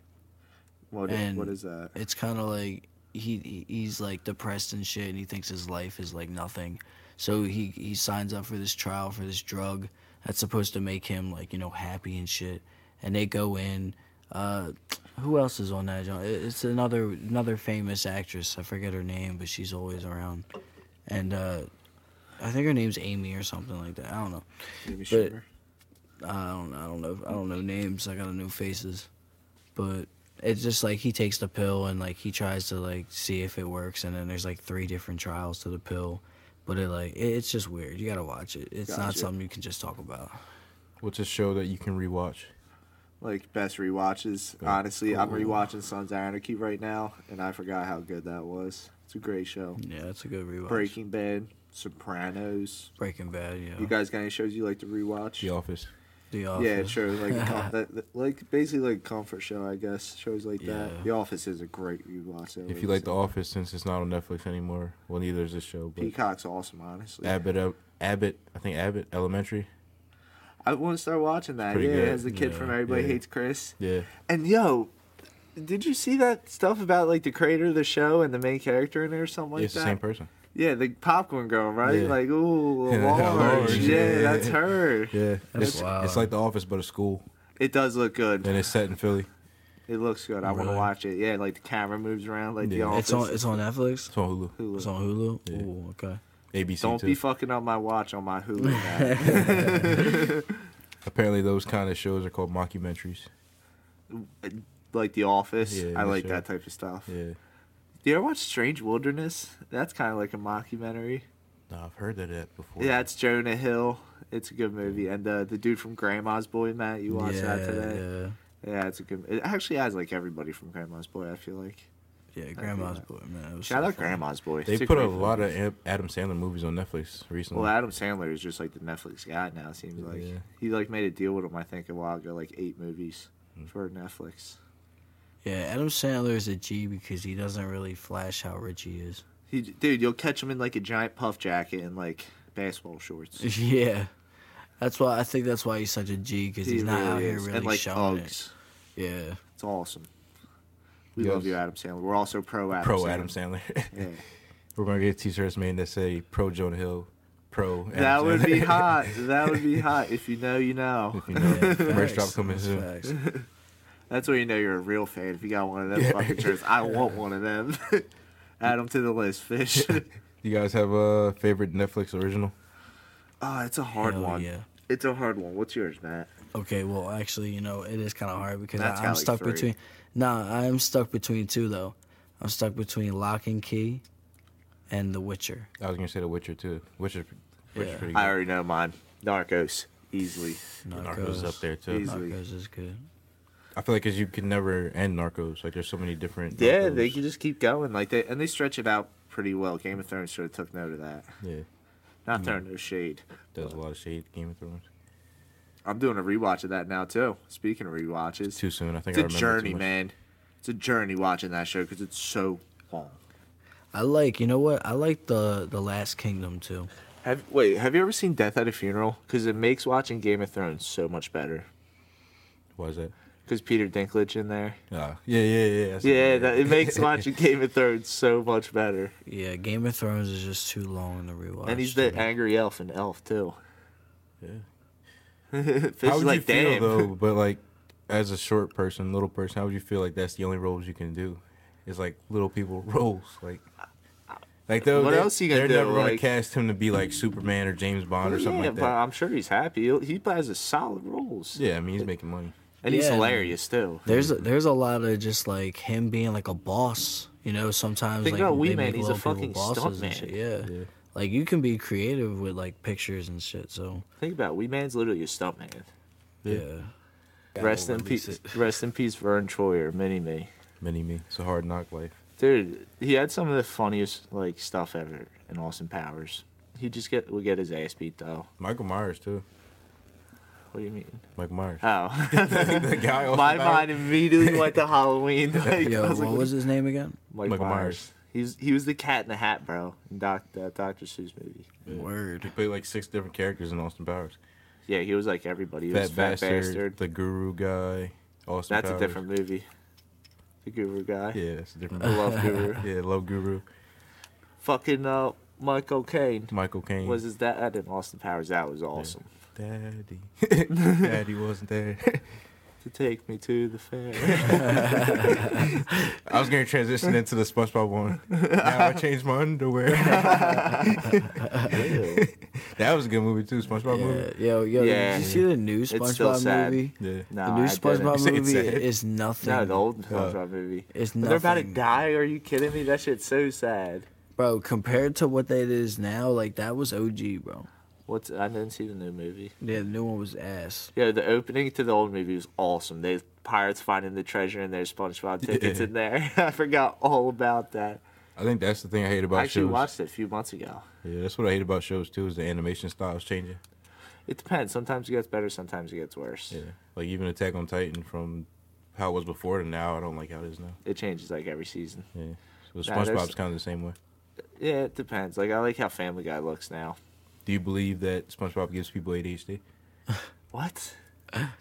What, And- what is that? It's kind of like he he- he's like depressed and shit, and he thinks his life is like nothing. So he he signs up for this trial for this drug that's supposed to make him like you know happy and shit. And they go in. Uh, who else is on that? John? It's another another famous actress. I forget her name, but she's always around. And uh, I think her name's Amy or something like that. I don't know. Amy but- Schumer? I don't I don't know I don't know names. I gotta know faces, but it's just like he takes the pill and like he tries to like see if it works, and then there's like three different trials to the pill, but it like it, it's just weird. You gotta watch it. It's not Gotcha. something you can just talk about. What's a show that you can rewatch? Like best rewatches. Honestly, I'm rewatching Sons of Anarchy right now, and I forgot how good that was. It's a great show. Yeah, it's a good rewatch. Breaking Bad, Sopranos. Breaking Bad. Yeah. You guys got any shows you like to rewatch? The Office. the Office. Yeah, sure. Like, com- that, that- like basically like a comfort show, I guess. Shows like Yeah. that. The Office is a great rewatch. though, If you like said. The Office, since it's not on Netflix anymore, well, neither is this show. But Peacock's awesome, honestly. Abbott, uh, Abbott, I think Abbott Elementary. I want to start watching that. pretty Yeah, good. as the kid Yeah, from Everybody yeah. Hates Chris. Yeah, And yo, did you see that stuff about like the creator of the show and the main character in it or something like it's that? the same person. Yeah, the popcorn girl, right? Yeah. Like, ooh, Yeah, large. Lawrence, Yeah, yeah. that's her. Yeah, That's it's, wild. it's like The Office but a school, It does look good. and it's set in Philly. It looks good. I want to Really? watch it. Yeah, like the camera moves around, like the Yeah. office. It's on. It's on Netflix. It's on Hulu, Hulu. It's on Hulu. Ooh, okay. ABC. Don't too. be fucking up my watch on my Hulu. app. Apparently, those kind of shows are called mockumentaries. like The Office. Yeah, I like sure. that type of stuff. Yeah. Do you ever watch Strange Wilderness? That's kind of like a mockumentary. No, I've heard of that before. Yeah, it's Jonah Hill. It's a good movie. And uh, the dude from Grandma's Boy, Matt, you watched yeah, that today? yeah. Yeah. it's a good. It actually has like everybody from Grandma's Boy. I feel like. Yeah, Grandma's boy, man. It was Shout so out funny. Grandma's Boy. They It's put a great movie. lot of Ad- Adam Sandler movies on Netflix recently. Well, Adam Sandler is just like the Netflix guy now. It seems like Yeah. he like made a deal with him. I think a while ago, like eight movies Hmm. for Netflix. Yeah, Adam Sandler is a G because he doesn't really flash how rich he is. He, dude, you'll catch him in like a giant puff jacket and like basketball shorts. Yeah, that's why I think that's why he's such a G because He he's not out here is. really and like showing Uggs. it. Yeah, It's awesome. We Yes. love you, Adam Sandler. We're also pro Adam. pro Sandler. Adam Sandler. Yeah. We're gonna get t-shirts made that say pro Jonah Hill, pro. That would be Amazon. hot. That would be hot. If you know, you know. If you know, merch Facts. drop coming soon. Facts. That's where you know you're a real fan. If you got one of them fucking shirts, I want one of them. Add them to the list, fish. You guys have a favorite Netflix original? oh, it's a hard Hell one. Yeah. It's a hard one. What's yours, Matt? Okay, well, actually, you know, it is kind of hard because That's I, I'm gotta be stuck three. between. Nah, I am stuck between two though. I'm stuck between Lock and Key, and The Witcher. I was gonna say The Witcher too. Witcher, Witcher's Yeah. pretty good. I already know mine. Narcos, easily. Narcos is up there too. He's- easily. Narcos is good. I feel like because you can never end Narcos. Like there's so many different. Yeah, Narcos. they can just keep going like they and they stretch it out pretty well. Game of Thrones sort of took note of that. Yeah, Not throwing no shade. does a lot of shade. Game of Thrones. I'm doing a rewatch of that now too. Speaking of It's rewatches, too soon. I it's think a I remember too journey, much. man. It's a journey watching that show because it's so long. I like, you know what? I like the the Last Kingdom too. Have wait, have you ever seen Death at a Funeral? Because it makes watching Game of Thrones so much better. Why is that? Because Peter Dinklage in there. Uh, yeah, yeah, yeah. that's- Yeah, that, it makes watching Game of Thrones so much better. Yeah, Game of Thrones is just too long to rewatch. and he's too. the angry elf in Elf too. Yeah. Fish How is would like, you feel damn. though? But like, as a short person, little person, how would you feel like that's the only roles you can do? Is like little people roles, like. Like they'll- What they, else you gonna they're do, never gonna like- cast him to be like Superman or James Bond or something yeah, like but that. I'm sure he's happy. He'll- He plays a solid roles. Yeah, I mean he's making money. And he's Yeah, hilarious too. There's a, there's a lot of just like him being like a boss. You know, sometimes Think like about Wee they Man, make he's a little people fucking bosses and stuntman. shit. Yeah. Yeah. like you can be creative with like pictures and shit. So Think about it, Wee Man's literally a stuntman. yeah, Rest we'll in release peace. Rest in peace, Vern Troyer, Mini Me. Mini me. It's a hard knock life. Dude, he had some of the funniest like stuff ever in Austin Powers. He just get would get his ass beat though. Michael Myers too. What do you mean? Michael Myers. Oh, the guy off my the bat. mind immediately went to Halloween. Like, Yo, I what was like, was his name again? Mike, Michael Myers. Myers. He's he was the Cat in the Hat, bro, in Doc, that Doctor Seuss movie. Word. He played like six different characters in Austin Powers. Yeah, he was like everybody. He was Fat fat bastard, bastard. the guru guy, Austin. That's a Powers. different movie. The Guru guy. Yeah, that's a different. I love Guru. yeah, love guru. Fucking uh, Michael Caine Michael Caine. was his dad in Austin Powers. That was awesome. Daddy. Daddy wasn't there. To take me to the fair. I was gonna transition into the SpongeBob one. Now I changed my underwear. Ew. that was a good movie too. SpongeBob Yeah, movie. yo, yo, Yeah. did you see the new still SpongeBob sad. movie? Yeah. No, the new I SpongeBob didn't. Say it's movie sad. is nothing. No, the old SpongeBob movie. It's They're about to nothing. die. Are you kidding me? That shit's so sad. Bro, compared to what that is now, like that was OG, bro. What's I didn't see the new movie. Yeah, the new one was ass. Yeah, the opening to the old movie was awesome. They pirates finding the treasure and their SpongeBob tickets Yeah. in there. I forgot all about that. I think that's the thing I hate about I actually shows. watched it a few months ago. Yeah, that's what I hate about shows too. Is the animation styles changing. It depends. Sometimes it gets better. Sometimes it gets worse. Yeah. Like even Attack on Titan from how it was before to now, I don't like how it is now. It changes like every season. Yeah. So Nah, there's- SpongeBob's kind of the same way. Yeah, it depends. Like I like how Family Guy looks now. Do you believe that SpongeBob gives people ADHD? What?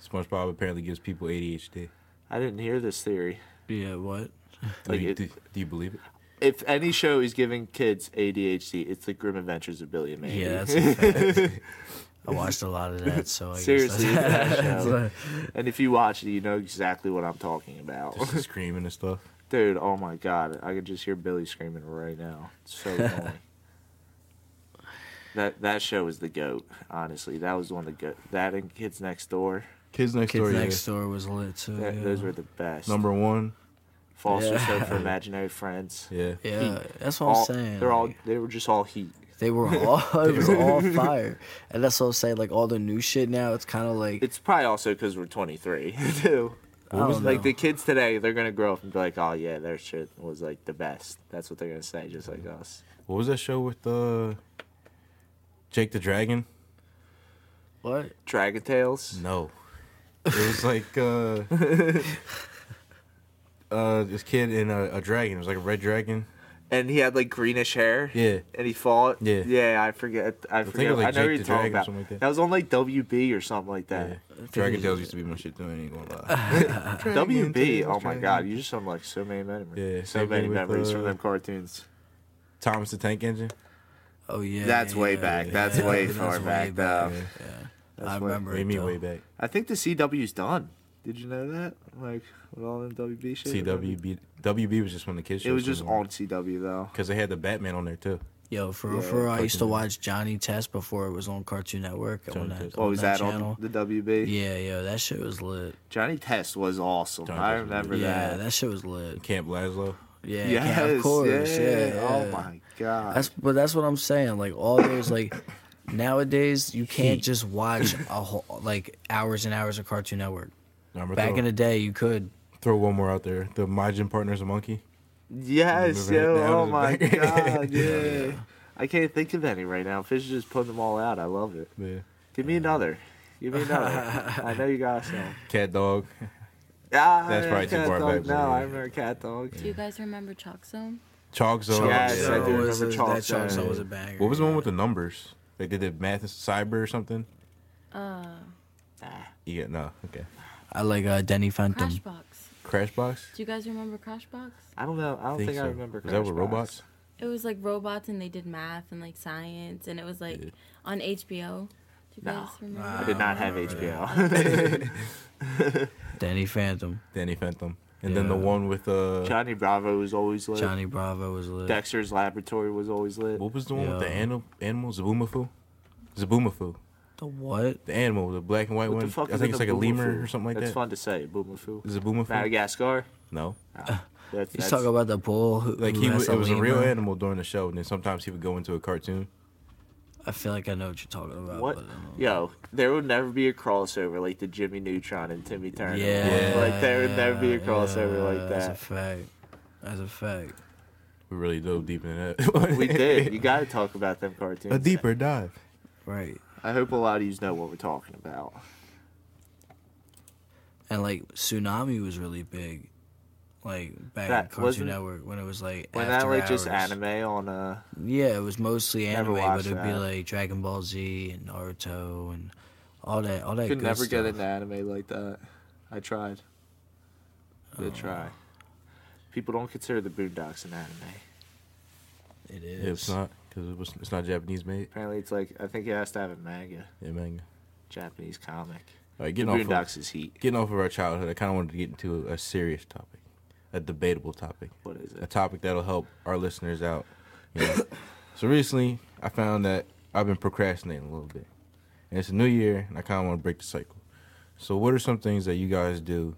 SpongeBob apparently gives people ADHD. I didn't hear this theory. Yeah, what? Do, Like you, it- do, do you believe it? If any show is giving kids ADHD, it's The Grim Adventures of Billy and Mandy. Yeah, that's a fact. I watched a lot of that, so I Seriously, guess that's- that show. and if you watch it, you know exactly what I'm talking about, Just the screaming and stuff. dude. Oh my god, I could just hear Billy screaming right now. It's so annoying. That that show was the goat. Honestly, that was one of the goat. That and Kids Next Door, Kids Next Kids Door. yeah. Next Door was lit too. that, yeah. those were the best. Number one. Foster's Yeah. Hope for Imaginary Friends. Yeah. yeah, that's what All- I'm saying. They're all like, they were just all heat. they were all it was all fire, and that's what I'm saying. Like all the new shit now, it's kind of like It's probably also because we're 23 too. I don't like know. the kids today, they're gonna grow up and be like, "Oh yeah, their shit was like the best." That's what they're gonna say, just like us. What was that show with uh, Jake the Dragon? what? Dragon Tales. No. It was like uh, uh, this kid and a, a dragon. It was like a red dragon. and he had like greenish hair. Yeah. And he fought. Yeah. Yeah, I forget. I think forget. it was, like, I know Jake what you're the talking Dragon or about. something like that. that. was on like WB or something like Yeah. that. Dragon it- Tales used to be my shit too. I ain't gonna lie. Dragon WB. Tales, Oh my Dragon God, you just have like so many memories. Yeah, so same many thing with, memories uh, from them cartoons. Thomas the Tank Engine. Oh yeah. That's yeah, way yeah, back. yeah, That's yeah, way that's far way back, though. Yeah. That's I way- remember Way it. me though. way back. I think the CW's done. Did you know that? Like with all them WB shit. CWB WB was just when the kids. It was just on CW though. because they had the Batman on there too. Yo, for real, Yeah. for real, I used to Cartoon watch Johnny Test before it was on Cartoon Network. Johnny on that, Test. on What was Oh, that, channel. on the WB? Yeah, yo, that shit was lit. Johnny Test was awesome. Johnny I Test was remember really- yeah, that. that shit was lit. Camp Lazlo. Yeah, yes, yeah, of course. Yeah, Oh yeah. my god. That's but that's what I'm saying. Like all those like nowadays you can't just watch a whole like hours and hours of Cartoon Network. Remember Back throw, in the day you could. throw one more out there. The Majin Partners a Monkey. yes, Remember yo. that? That Oh was my back- god. Yeah. I can't think of any right now. Fish is just putting them all out. I love it. Yeah. Give me another. Give me another. I know you got some. Cat Dog. Ah, That's probably too Cat far Dog. back, No, yeah. I remember Cat Dog. Do you guys remember Chalk Zone? Chalk Zone. Yes, I do That was- remember Chalk that Chalk Zone. Zone was a banger. What was the one with the numbers? Like they did math and cyber or something. Uh, Yeah. No. Okay. I like uh, Denny Phantom. Crashbox. Crashbox. Do you guys remember Crashbox? I don't know. I don't think, I so. remember. Was that with Crashbox. robots? It was like robots and they did math and like science and it was like Yeah. on HBO. Do you No. guys remember? Nah. I that? did not have remember HBO. Danny Phantom. Danny Phantom. And then the Yeah. one with uh. Johnny Bravo was always lit. Johnny Bravo was lit. Dexter's Laboratory was always lit. What was the one with the Yeah. animal? Animal Zabumafu. Zabumafu. The what? The animal, the black and white What one. the fuck I is think in it's the like a lemur Boomafoo? or something like That's that. fun to say, Boomafoo. Is it Boomafoo? Madagascar. No. That's, He's that's talking about the bull. Who, Like who he, has was, it was a lemur. real animal during the show, and then sometimes he would go into a cartoon. I feel like I know what you're talking about. what? But, I don't know. Yo, there would never be a crossover like the Jimmy Neutron and Timmy Turner. yeah, Like there would never be a yeah, crossover like That's a that. fact. That's a fact. We really dove deep in that. We did. You got to talk about them cartoons. a deeper dive. Right. I hope a lot of you know what we're talking about. And like tsunami was really big, like back That in Cartoon wasn't- Network when it was like When that after like just hours. anime on uh Yeah, it was mostly Never anime, but watched it'd be that. like Dragon Ball Z and Naruto and all that. All that. could good never get stuff. into anime like that. I tried. Oh. Did try. People don't consider the Boondocks an anime. It Yeah, is. it's not because it was. It's not Japanese made. Apparently, it's like I think it has to have a manga, Yeah, manga. Japanese comic. All right, The getting off. Of, Boondocks is heat. getting off of our childhood, I kind of wanted to get into a serious topic, a debatable topic. What is a it? topic that'll help our listeners out. you know. so recently, I found that I've been procrastinating a little bit, and it's a new year, and I kind of want to break the cycle. So, what are some things that you guys do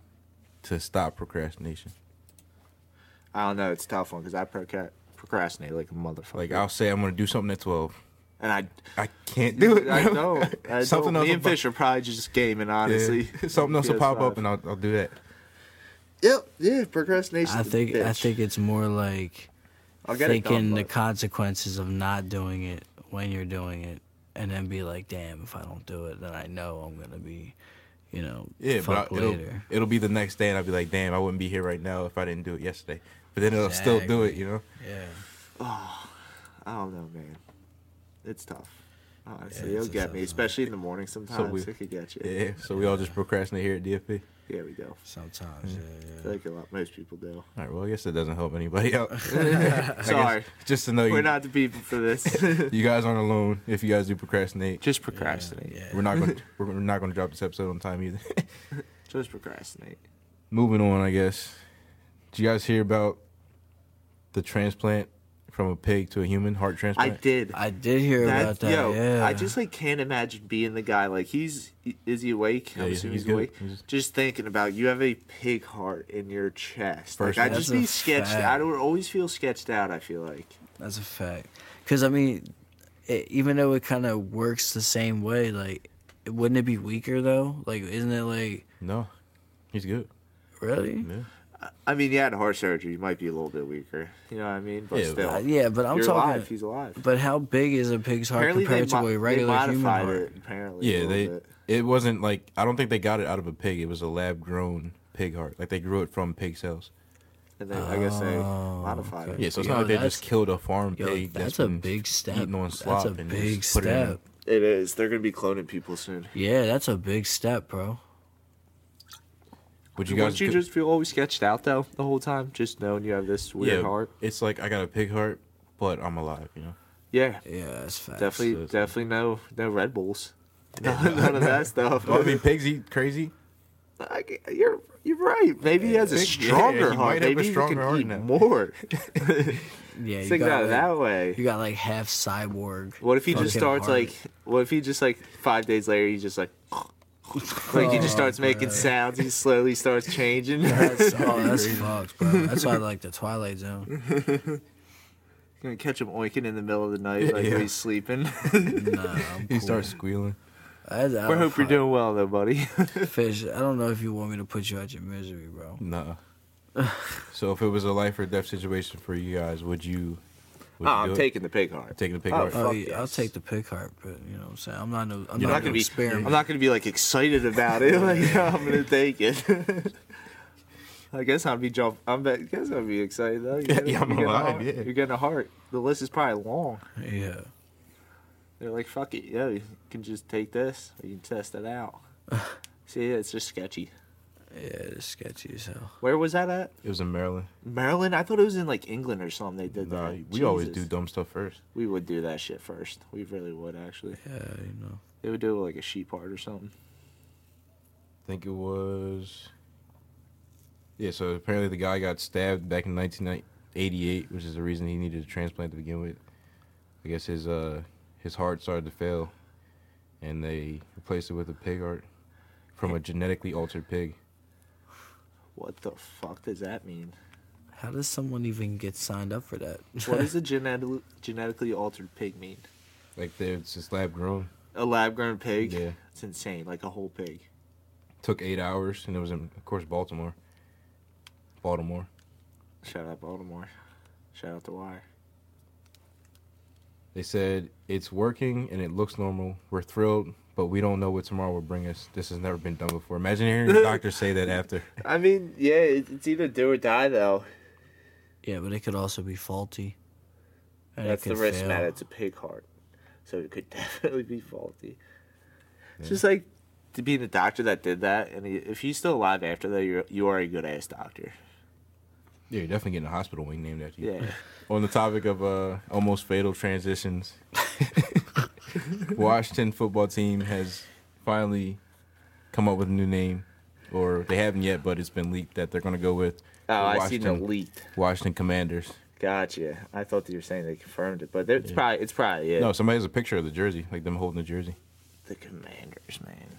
to stop procrastination? I don't know. It's a tough one because I proca- procrastinate like a motherfucker. Like, I'll say I'm going to do something at twelve. and I I can't do it. I know. I Something know. else Me and will pop- Fish are probably just gaming, Yeah. honestly. Something else will pop up, and I- I'll, I'll do that. yep, yeah, procrastination. I think. I think it's more like I'll get it done, thinking the but- consequences of not doing it when you're doing it, and then be like, "Damn, if I don't do it, then I know I'm gonna be, you know, Yeah, fuck but I, it'll, later." it'll be the next day, and I'll be like, "Damn, I wouldn't be here right now if I didn't do it yesterday." But then it'll still do it, Exactly. you know. Yeah. Oh, I don't know, man. It's tough. Yeah, Honestly, it'll it's a get tough me, one. especially in the morning. Sometimes we- it could get you. Yeah. So we all just procrastinate here at DFP. yeah we do. Sometimes. I Yeah. feel like a lot most people do. All right. Well, I guess it doesn't help anybody out. I guess Sorry. Just to know We're you, not the people for this. you guys aren't alone. If you guys do procrastinate, just yeah. procrastinate. yeah. we're not going. we're not going to drop this episode on time either. Just procrastinate. Moving on, I guess. Did you guys hear about the transplant from a pig to a human heart I transplant? did. I did hear That- about that. yo, yeah. I just like can't imagine being the guy. Like he's is he awake? Yeah, I'm yeah, assuming he's he's, good. awake. He's- Just thinking about you have a pig heart in your chest. First like, I one. just That's a be sketched. fact. I would always feel sketched out. I feel like That's a fact. Because I mean, it, even though it kind of works the same way, like, wouldn't it be weaker though? Like, isn't it like No, he's good. really? Yeah. I mean, you had heart surgery. You might be a little bit weaker. You know what I mean? But Yeah, still, Uh, yeah, but I'm you're talking. alive. He's alive. But how big is a pig's heart apparently they, compared to mo- a they regular human modified heart? it. Apparently, a Yeah. little They. bit. It wasn't like I don't think they got it out of a pig. It was a lab grown pig heart. Like they grew it from pig cells. And then I guess they Oh, modified okay. it. Yeah. So it's Yo, not like they that's- just killed a farm Yo, pig. that's, a been big step. eating on slop that's a and big just put it in step. It is. They're gonna be cloning people soon. Yeah, that's a big step, bro. Would you You guys? Wouldn't you go- just feel always sketched out though the whole time, just knowing you have this weird heart? It's like I got a pig heart, but I'm alive, you know? Yeah, Yeah, that's facts. definitely, it's- definitely no, no Red Bulls. None of that stuff. I mean, pigs eat crazy. I g- you're you're right. Maybe he has a Yeah, stronger he heart. might have a Maybe he stronger can heart eat now. more. Yeah, you Think got about it that You way. got like half cyborg. What if he just fucking starts heart. like? What if he just like five days later? He's just like, like he just Oh, starts making sounds. He slowly starts changing. That's, oh, that's fucked, bro. That's why I like the Twilight Zone. Gonna catch him oinking in the middle of the night, like Yeah. when he's sleeping. Nah, I'm He cool. starts squealing. I, I I hope you're doing well though, buddy. Fish, I don't know if you want me to put you out your misery, bro. Nah. so if it was a life or death situation for you guys, would you? Would Oh, you I'm do it? taking the pig heart. taking the pig Oh, heart. Oh, Fuck yeah, I'll yes. take the pick heart, but you know what I'm saying? I'm not no, I'm You're not, not no gonna be. experiment. I'm not gonna be like excited about it. Like I'm gonna take it. I guess I'll be jump. I'm be, I guess I'll be excited though. You're getting- yeah, I'm you're getting a alive, heart- yeah. You're getting a heart. The list is probably long. Yeah. They're like, fuck it. Yeah, you can just take this. Or you can test it out. See, it's just sketchy. Yeah, it's sketchy as hell. Where was that at? It was in Maryland. Maryland. I thought it was in like England or something. They did Nah, that. we always do Jesus. dumb stuff first. We would do that shit first. We really would actually. Yeah, you know. They would do like a sheep heart or something. I think it was. Yeah, so apparently the guy got stabbed back in 1988, which is the reason he needed a transplant to begin with. I guess his uh his heart started to fail, and they replaced it with a pig heart from a genetically altered pig. What the fuck does that mean? How does someone even get signed up for that? What does a genetic- genetically altered pig mean? Like they, it's just lab grown. A lab grown pig? Yeah. It's insane, like a whole pig. Took eight hours, and it was in, of course, Baltimore. Baltimore. Shout out Baltimore. Shout out the wire. They said it's working and it looks normal. We're thrilled, but we don't know what tomorrow will bring us. This has never been done before. Imagine hearing the doctor say that after. I mean, yeah, it- it's either do or die though. yeah, but it could also be faulty. and it That's the could risk, fail. man. It's a pig heart. So it could definitely be faulty. It's just like to being a doctor that did that, and he- if he's still alive after that, you're, you are a good ass doctor. Yeah, you're definitely getting a hospital wing named after you. Yeah. On the topic of uh, almost fatal transitions, Washington football team has finally come up with a new name, or they haven't yet, but it's been leaked that they're going to go with Oh, I seen Washington, it leaked. Washington Commanders. Gotcha. I thought you were saying they confirmed it, but it's probably it's probably it. No, somebody has a picture of the jersey, like them holding the jersey. the commanders man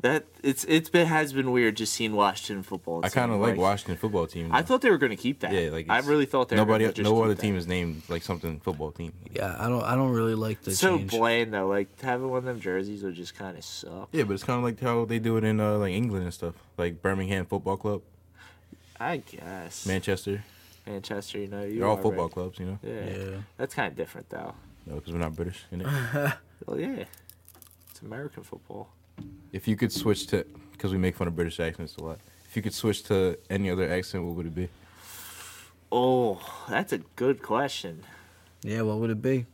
that it's it's been has been weird just seeing washington football I kind of team, like Washington football team. i though. thought they were going to keep that Yeah, like i it's- really thought they nobody, were gonna no just other keep team that. is named like something football team. Yeah, I don't I don't really like the so change. bland though like having one of them jerseys would just kind of suck Yeah, but it's kind of like how they do it in uh, like England and stuff, like Birmingham Football Club, i guess Manchester. manchester united you They're all are football right. clubs, you know. yeah. Yeah. that's kind of different though No, because we're not British. In it. well yeah it's american football if you could switch to, because we make fun of British accents a lot. If you could switch to any other accent, what would it be? oh that's a good question Yeah, what would it be?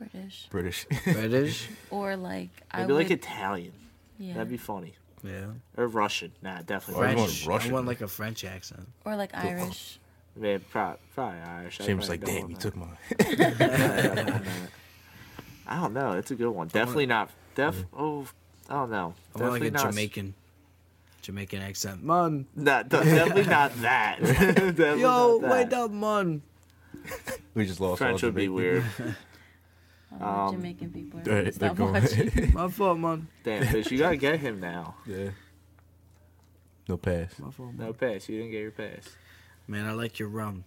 British British. British? or like I maybe would, like italian yeah. that'd be funny yeah. or russian nah definitely Why you russian want French. I Russian? want like a French accent. or like Irish. Man, probably, probably Irish. I Seems probably like, don't damn, want you that. took mine. I don't know. It's a good one. Definitely not. Def. Oh, I don't know. I want like Definitely a not- Jamaican Jamaican accent. Man. Nah, de- definitely not that. definitely Yo, not that. wait up, man. we just lost. French all would be debate. weird. I don't know, um, Um, Jamaican people. Are they're- right, stop they're going- watching. My fault, man. Damn, fish. You gotta get him now. Yeah. No pass. My fault, man. No pass. You didn't get your pass. Man, I like your rum.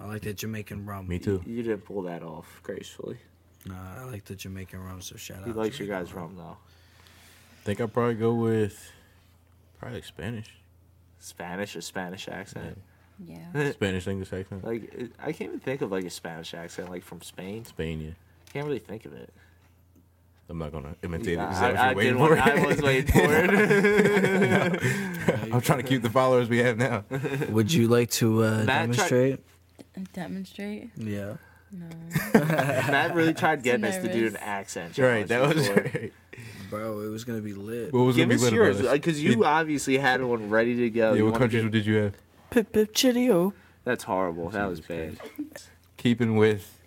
I like that Jamaican rum. Me too. You didn't pull that off gracefully. Nah, I like the Jamaican rum, so shout out. He likes your Jamaican guys' rum though. think I'd probably go with probably like Spanish, Spanish, a Spanish accent. yeah. Spanish English accent. Like it, I can't even think of like a Spanish accent like from Spain. Spain, yeah. Can't really think of it. I'm not gonna imitate it. 'cause I, that's I, what you're did waiting want, for. I was waiting for it. I'm trying to keep the followers we have now. Would you like to uh, try- demonstrate? Demonstrate? Yeah. No. Matt really tried getting us to do nervous. an accent. right, challenge that was before. right. Bro, it was gonna be lit. What was Give gonna us be yours, because you obviously had one ready to go. yeah, You what wanna countries do- did you have? Pip pip chitty That's horrible. That was bad. Keeping with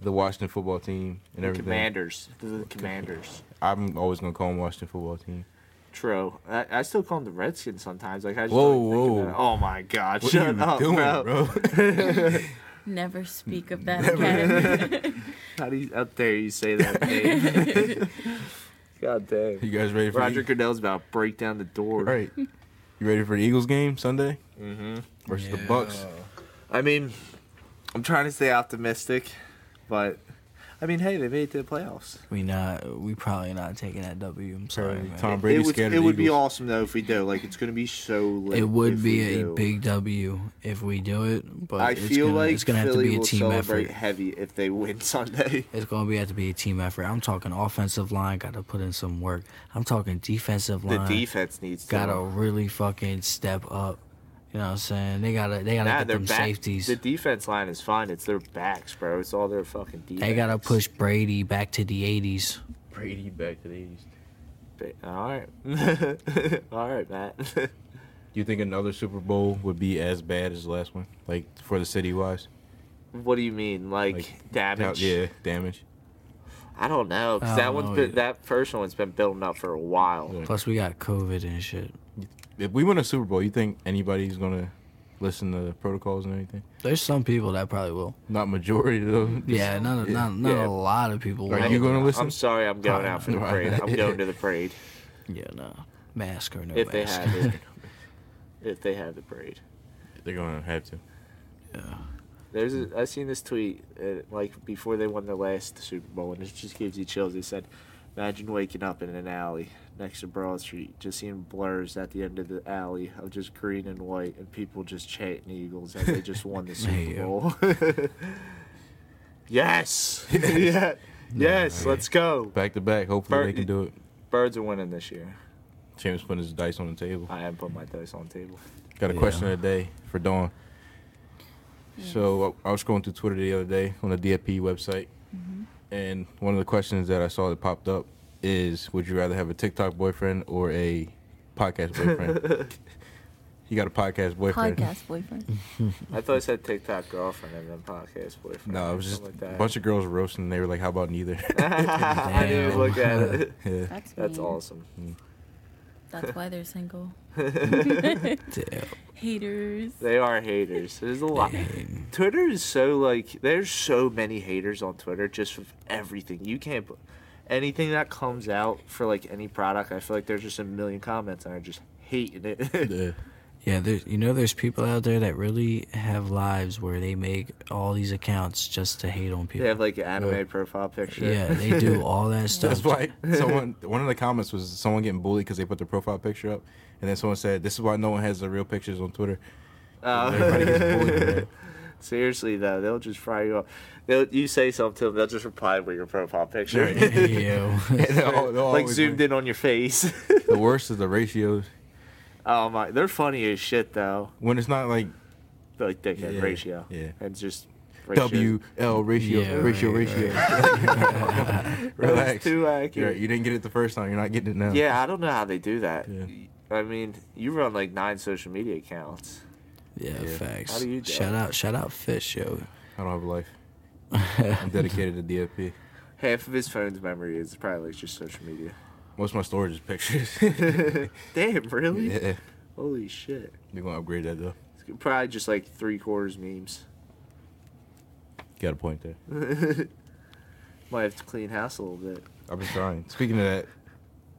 the Washington football team and everything. Commanders. The Commanders. I'm always gonna call them Washington football team. True. I, I still call them the Redskins sometimes. Like I just Whoa, don't even think whoa. about it. Oh my God! What shut are you up, doing, bro. bro? Never speak of that again. How do you, how dare you say that? name? God damn. you guys ready for Roger The, Goodell's about to break down the door. all right. You ready for the Eagles game Sunday hmm versus the Bucks? I mean, I'm trying to stay optimistic, but I mean, hey, they made it to the playoffs. We not. We probably not taking that W. I'm sorry, Apparently man. Tom it Brady would, scared it of the would be Eagles. awesome though if we do. Like, it's gonna be so. Lit It would if we be a do. big W if we do it, but I it's feel gonna, like it's gonna have to Philly be a will team celebrate effort. heavy if they win Sunday. It's gonna be have to be a team effort. I'm talking offensive line got to put in some work. I'm talking defensive The line defense needs got to to. really fucking step up. You know what I'm saying? They gotta they gotta Nah, get their them back- safeties. The defense line is fine. It's their backs, bro. It's all their fucking defense. they gotta push Brady back to the 80s. Brady back to the East. Ba- All right, all right, Matt. Do you think another Super Bowl would be as bad as the last one, like for the city wise? what do you mean, like, Like, damage? Yeah, damage. I don't know, I cause that don't one's know been, either. that first one's been building up for a while. Yeah. Plus we got COVID and shit. If we win a Super Bowl, you think anybody's gonna listen to protocols and anything? There's some people that probably will. Not majority though. Yeah, not a, not not Yeah. a lot of people. Are will. you gonna listen? I'm sorry, I'm going out for the Probably parade. not. I'm going to the parade Yeah, no mask or no if mask. they have it. If they have the parade, They're gonna have to. there's a, I seen this tweet uh, like before they won the last Super Bowl, and it just gives you chills. They said, "Imagine waking up in an alley next to Broad Street, just seeing blurs at the end of the alley of just green and white, and people just chanting Eagles as they just won the Super Yeah. Bowl." yes, yeah, yes, let's go. Back to back. Hopefully Bur- they can do it. Birds are winning this year. James putting his dice on the table. I am putting my dice on the table. Got a Yeah. question of the day for Dawn. So I I was scrolling through Twitter the other day on the DFP website, Mm-hmm. and one of the questions that I saw that popped up is, "Would you rather have a TikTok boyfriend or a podcast boyfriend?" you got a podcast boyfriend. Podcast boyfriend. I thought I said TikTok girlfriend and then podcast boyfriend. No, it or was just something a like that. bunch of girls roasting. and They were like, "How about neither?" I didn't even look at it. yeah. That's, That's mean. awesome. Mm. That's why they're single. Damn. Haters. They are haters. There's a lot. Dang. Twitter is so like there's so many haters on Twitter just of everything. You can't bu- anything that comes out for like any product. I feel like there's just a million comments and I'm just hating it. Yeah. Yeah, there's you know there's people out there that really have lives where they make all these accounts just to hate on they people. have like an anime profile picture. yeah, they do all that That's stuff. why someone one of the comments was someone getting bullied because they put their profile picture up, and then someone said, "This is why no one has their real pictures on Twitter." Everybody gets bullied. Uh, man. seriously though, they'll just fry you up. They'll you say something to them, they'll just reply with your profile picture. Yeah. They're all- they're like always zoomed like- in on your face. The worst is the ratios. oh my, they're funny as shit though. When it's not like Like dickhead Yeah, ratio. yeah. And just W L ratio Yeah, ratio right, ratio. Relax. too You're right, accurate. you didn't get it the first time. You're not getting it now. Yeah, I don't know how they do that. Yeah. I mean, you run like nine social media accounts. Yeah, Yeah. facts. How do you do shout it? out, shout out, Fish, yo. I don't have a life. I'm dedicated to DFP. Half of his phone's memory is probably like just social media. Most of my storage is pictures. Damn, really? yeah, Holy shit. they're gonna upgrade that though. It's probably just like three quarters memes. Got a point there. Might have to clean house a little bit. I've been trying. Speaking of that,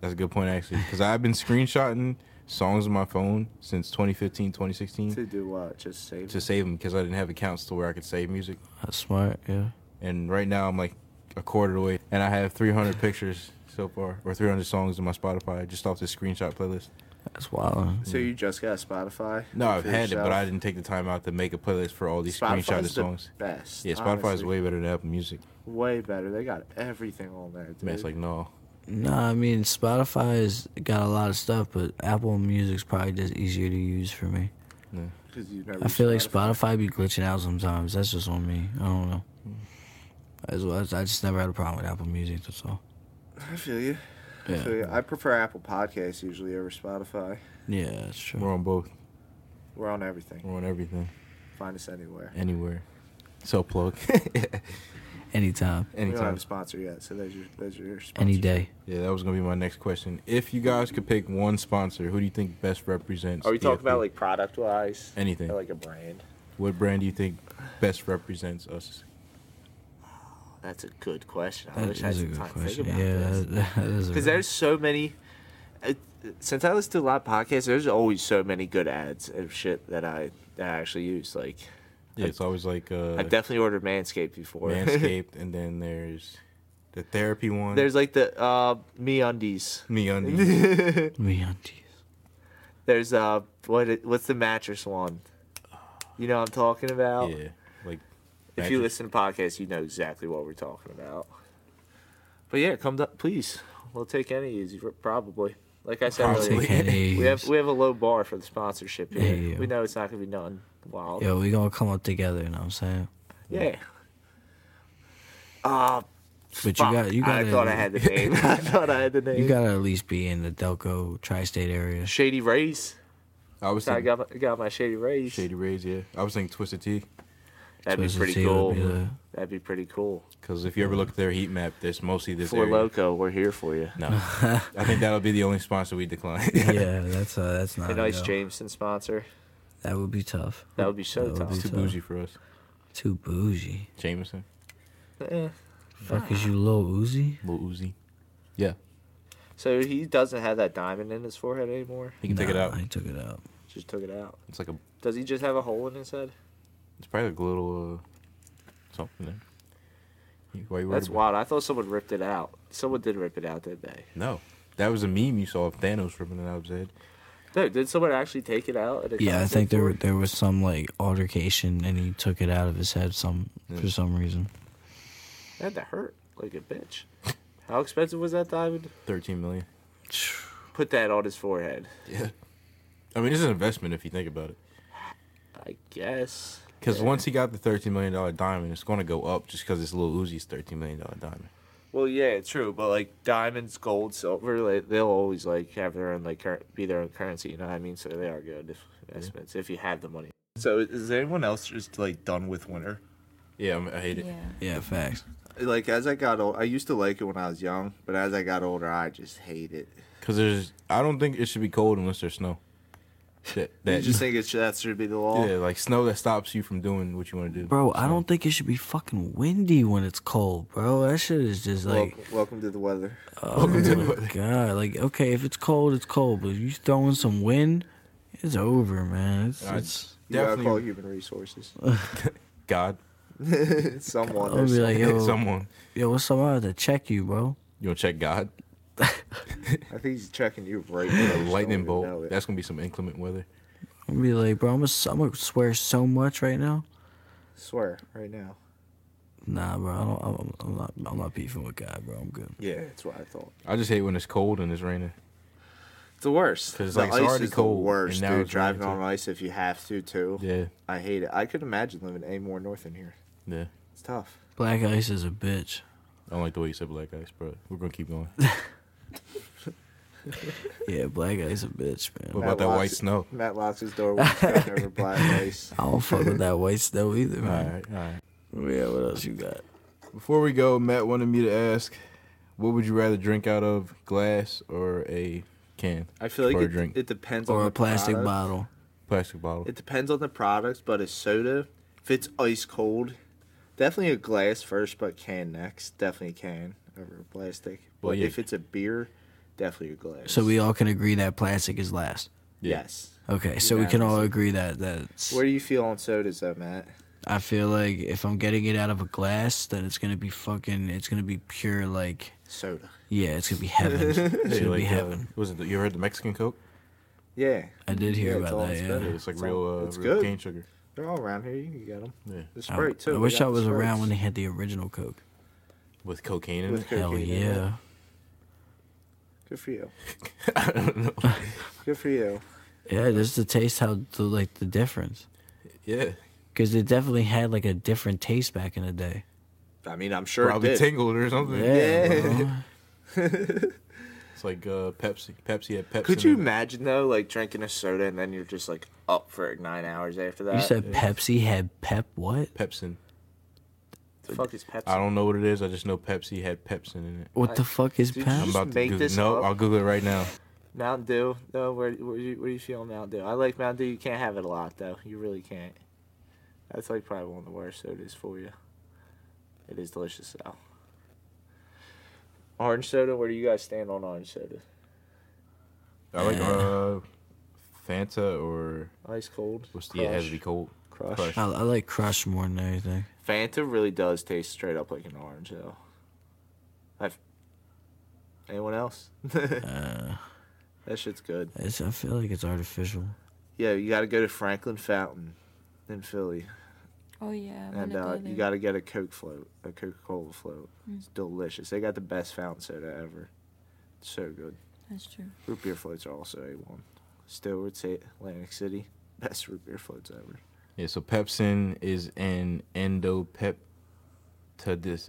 that's a good point actually, because I've been screenshotting songs on my phone since 2015, 2016 To do what? Just save. to Just save them because I didn't have accounts to where I could save music. That's smart, yeah. And right now I'm like a quarter of the way, and I have 300 pictures so far, or 300 songs in my Spotify just off this screenshot playlist. That's wild. so you just got Spotify? No, I've for had it, but yourself? I didn't take the time out to make a playlist for all these Spotify's screenshotted the songs. best. Yeah, Spotify's honestly. way better than Apple Music. way better. They got everything on there. Dude. Man's like, no. No, I mean Spotify's got a lot of stuff, but Apple Music's probably just easier to use for me. 'Cause you've never I feel like used Spotify be glitching out sometimes. That's just on me. I don't know. Mm. As well, I just never had a problem with Apple Music. That's all. I feel you. I feel you. Yeah, I prefer Apple Podcasts usually over Spotify. yeah, that's true. We're on both. We're on everything. We're on everything. Find us anywhere. Anywhere. So plug. Anytime. We don't have Anytime. a sponsor yet, so there's your there's your sponsor. Any day. Yeah, that was gonna be my next question. If you guys could pick one sponsor, who do you think best represents? E Are we talking DFP? about like product wise? Anything. Or like a brand? what brand do you think best represents us? That's a good question. I That wish is a I had some good time to question. think Yeah, about this. that, that is a Because good- there's so many. It, since I listen to a lot of podcasts, there's always so many good ads of shit that I that I actually use. Like Yeah, it's always like uh, I've definitely ordered Manscaped before. Manscaped, and then there's the therapy one. there's like the uh, Me Undies. me undies. Me aunties. There's uh what it- what's the mattress one? You know what I'm talking about. yeah, like Oh. If you mattress- listen to podcasts, you know exactly what we're talking about. But yeah, come up, please. We'll take any easy, probably. Like I said I'll earlier, take any we, we have easy. we have a low bar for the sponsorship here. Yeah. We know it's not gonna be none. Wow. Yo, we gonna come up together. You know what I'm saying? Yeah. Uh, But fuck, you got you got. I thought I had the name. I thought I had the name. You gotta at least be in the Delco tri-state area. Shady Rays. I was So I thinking got my, got my Shady Rays. Shady Rays. Yeah, I was thinking Twisted Tea That'd be Twisted pretty Tea would cool. be the- That'd be pretty cool. because if you ever look at their heat map, there's mostly this For area. Loco, we're here for you. No, I think that'll be the only sponsor we decline. yeah, that's uh, that's not A nice no. Jameson sponsor. That would be tough. That would be so That would tough. it's too bougie for us. Too bougie. Jameson, Eh. Fuck is you, Lil Uzi? Lil Uzi. Yeah, So he doesn't have that diamond in his forehead anymore. he can take it Nah, out. I took it out. Just took it out. It's like a, Does he just have a hole in his head? it's probably like a little uh, something there. You- Why you worried That's about- wild. I thought someone ripped it out. Someone did rip it out, didn't they? No, that was a meme you saw of Thanos ripping it out of his head. No, did someone actually take it out? at a Yeah, I concert think there for were, it? there was some like altercation, and he took it out of his head some for Yeah. some reason. That had to hurt like a bitch. How expensive was that diamond? Thirteen million. Put that on his forehead. Yeah, I mean it's an investment if you think about it. I guess. Because once he got the thirteen million dollar diamond, it's going to go up just because it's Lil Uzi's thirteen million dollar diamond. Well, yeah, true, but like diamonds, gold, silver, like, they'll always like have their own like cur- be their own currency. You know what I mean? So they are good if- investments if you have the money. So is anyone else just like done with winter? Yeah, I'm, I hate it. Yeah. Yeah, facts. Like as I got old, I used to like it when I was young, but as I got older, I just hate it. Because there's, I don't think it should be cold unless there's snow. That, You that just think it should, that should be the law. yeah, like snow that stops you from doing what you want to do. Bro, I So, don't think it should be fucking windy when it's cold, bro. That shit is just like, welcome, welcome to the weather. oh my god, like okay, if it's cold, it's cold, but you throwing some wind, it's over, man. It's, I it's You gotta call definitely human resources. God, Someone. I'll or be like, yo, someone. yo, what's up? I have to check you, bro. You want to check God? I think he's checking you right A now. lightning bolt. That's That's gonna be some inclement weather. I'm be like, bro, I'm gonna, I'm gonna swear so much right now. swear right now. Nah, bro, I don't, I'm, I'm not, I'm not beefing with God, bro. I'm good. Yeah, that's what I thought. I just hate when it's cold and it's raining. It's the worst. 'Cause, The like, it's ice already is cold, the and worst, now dude. it's raining, Driving on too. ice if you have to, too. Yeah, I hate it. I could imagine living any more north than here. yeah. It's tough. Black ice is a bitch. I don't like the way you said black ice, bro. We're gonna keep going. Yeah, black ice a bitch, man. What about that Locks- white snow? Matt locks his door when he's gotten over black ice. I don't fuck with that white snow either, All man. right, all right. Yeah, what else you got? Before we go, Matt wanted me to ask, what would you rather drink out of, glass or a can? I feel like For a it, drink. it depends on Or the a plastic product. bottle. Plastic bottle. It depends on the products, but a soda, if it's ice cold, definitely a glass first, but can next. Definitely can over a plastic. But Well, yeah. if it's a beer, definitely a glass. So we all can agree that plastic is last. Yeah. yes. Okay, so we can all agree that that's. Where do you feel on sodas though, Matt? I feel like if I'm getting it out of a glass, then it's gonna be fucking. It's gonna be pure like. Soda. Yeah, it's gonna be heaven. It's Yeah, gonna be like, uh, heaven. was it the, you heard the Mexican Coke? Yeah, I did yeah, hear it's all about that. it's Yeah. better. Yeah, it's like It's real, all- uh, it's real good. cane sugar. they're all around here. You can get them. Yeah, The I- Sprite too. I we wish I got the was around when Sprites. they had the original Coke. with cocaine in With it. Coke uh, Hell in it, yeah. Good for you. I don't know. Good for you. Yeah, just to taste how the like the difference, Yeah, because it definitely had like a different taste back in the day. I mean, I'm sure probably it did. tingled or something. Yeah, Yeah. bro. It's like uh, Pepsi. Pepsi had Pepsi. Could you imagine though, like drinking a soda and then you're just like up for nine hours after that? you said Pepsi had Pep what? Pepsin. The fuck is Pepsi? I don't know what it is. I just know Pepsi had pepsin in it. What Like, the fuck is dude, you Pep? I'm just about to make Google- this No, up? I'll Google it right now. Mountain Dew. No, where where you where you feeling Mountain Dew? I like Mountain Dew. You can't have it a lot though. You really can't. That's like probably one of the worst sodas for you. It is delicious though. Orange soda. Where do you guys stand on orange soda? I like uh, Fanta or Ice cold. what's the? Yeah, it has to be Crush. cold. Crush. Crush. I, I like Crush more than anything. Fanta really does taste straight up like an orange though. I've. Anyone else? Uh, that shit's good. it's, I feel like it's artificial. Yeah, you got to go to Franklin Fountain in Philly, Oh yeah, I wanna and uh, go there. Mm. you got to get a Coke float, a Coca Cola float. It's delicious. They got the best fountain soda ever. It's so good. That's true. Root beer floats are also a one. Stewart's Atlantic City, best root beer floats ever. Yeah, so pepsin is an endopeptidis.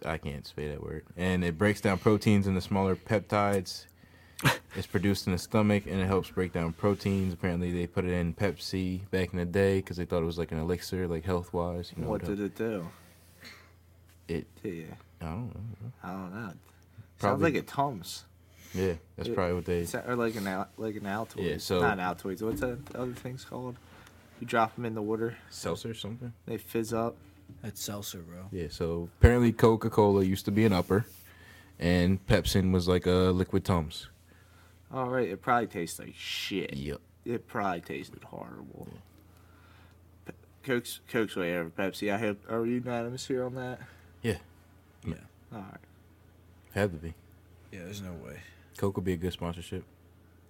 I can't say that word. And it breaks down proteins into smaller peptides. it's produced in the stomach and it helps break down proteins. Apparently, they put it in Pepsi back in the day because they thought it was like an elixir, like health wise. You know, what it did helped- it do? It- to you? I don't know. I don't know. Sounds Probably- like a Tums. Yeah, that's It- probably what they. Is that- or like an Al- like an Altoid. Yeah, so- not Altoids. What's that other thing's called? You drop them in the water, Seltzer or something? they fizz up. That's seltzer, bro. Yeah, so apparently Coca Cola used to be an upper and Pepsin was like a liquid Tums. All right, it probably tastes like shit. Yep. It probably tasted horrible. Pe- Coke's Coke's way over Pepsi. I hope are we unanimous here on that? Yeah. Yeah. All right. Had to be. Yeah, there's no way. Coke would be a good sponsorship.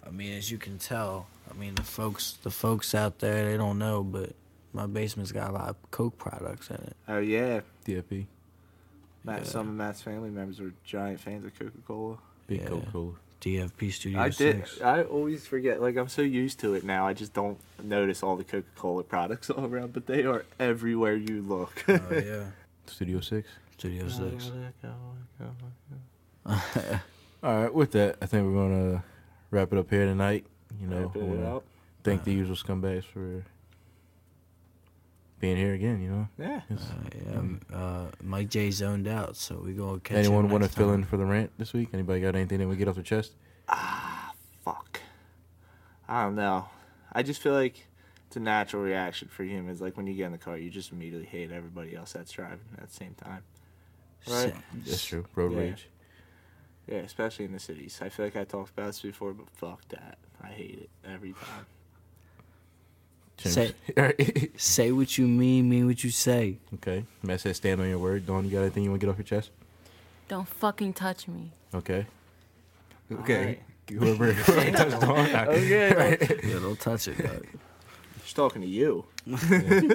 I mean, as you can tell, I mean the folks, the folks out there, they don't know, but my basement's got a lot of Coke products in it. Oh yeah, DFP. Matt. Yeah. Some of Matt's family members were giant fans of Coca Cola. Big Yeah. Coca Cola. DFP Studio I did. Six. I always forget. Like I'm so used to it now. I just don't notice all the Coca Cola products all around, but they are everywhere you look. Oh yeah, Studio Six. Studio Six. All right, with that, I think we're gonna wrap it up here tonight. You know, Wrap it I wanna up. thank the usual scumbags for being here again. You know, Yeah. Uh, yeah, um, uh, Mike J zoned out, so we gonna catch. anyone want to want fill in for the rant this week? Anybody got anything that we get off the chest? fuck. I don't know. I just feel like it's a natural reaction for humans. Like when you get in the car, you just immediately hate everybody else that's driving at the same time. Right? That's true. Road Yeah. rage. Yeah, especially in the cities. I feel like I talked about this before, but fuck that. I hate it every time. Chimps. Say- All right. Say what you mean, mean what you say. okay. Matt says stand on your word. Dawn, you got anything you want to get off your chest? Don't fucking touch me. Okay. Okay. Whoever, whoever touched Dawn. I- Okay. Yeah, don't touch it, dog. She's talking to you. Something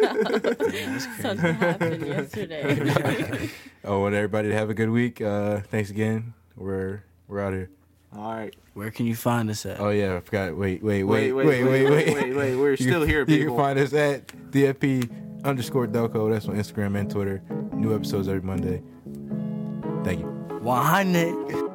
happened yesterday. I want everybody to have a good week. Uh, thanks again. We're we're out here. All right. Where can you find us at? Oh yeah, I forgot. Wait, wait, Wait, wait, wait, wait, wait, wait. We're You- still here, You can people. find us at DFP underscore Delco. That's on Instagram and Twitter. New episodes every Monday. Thank you. Why, Nick?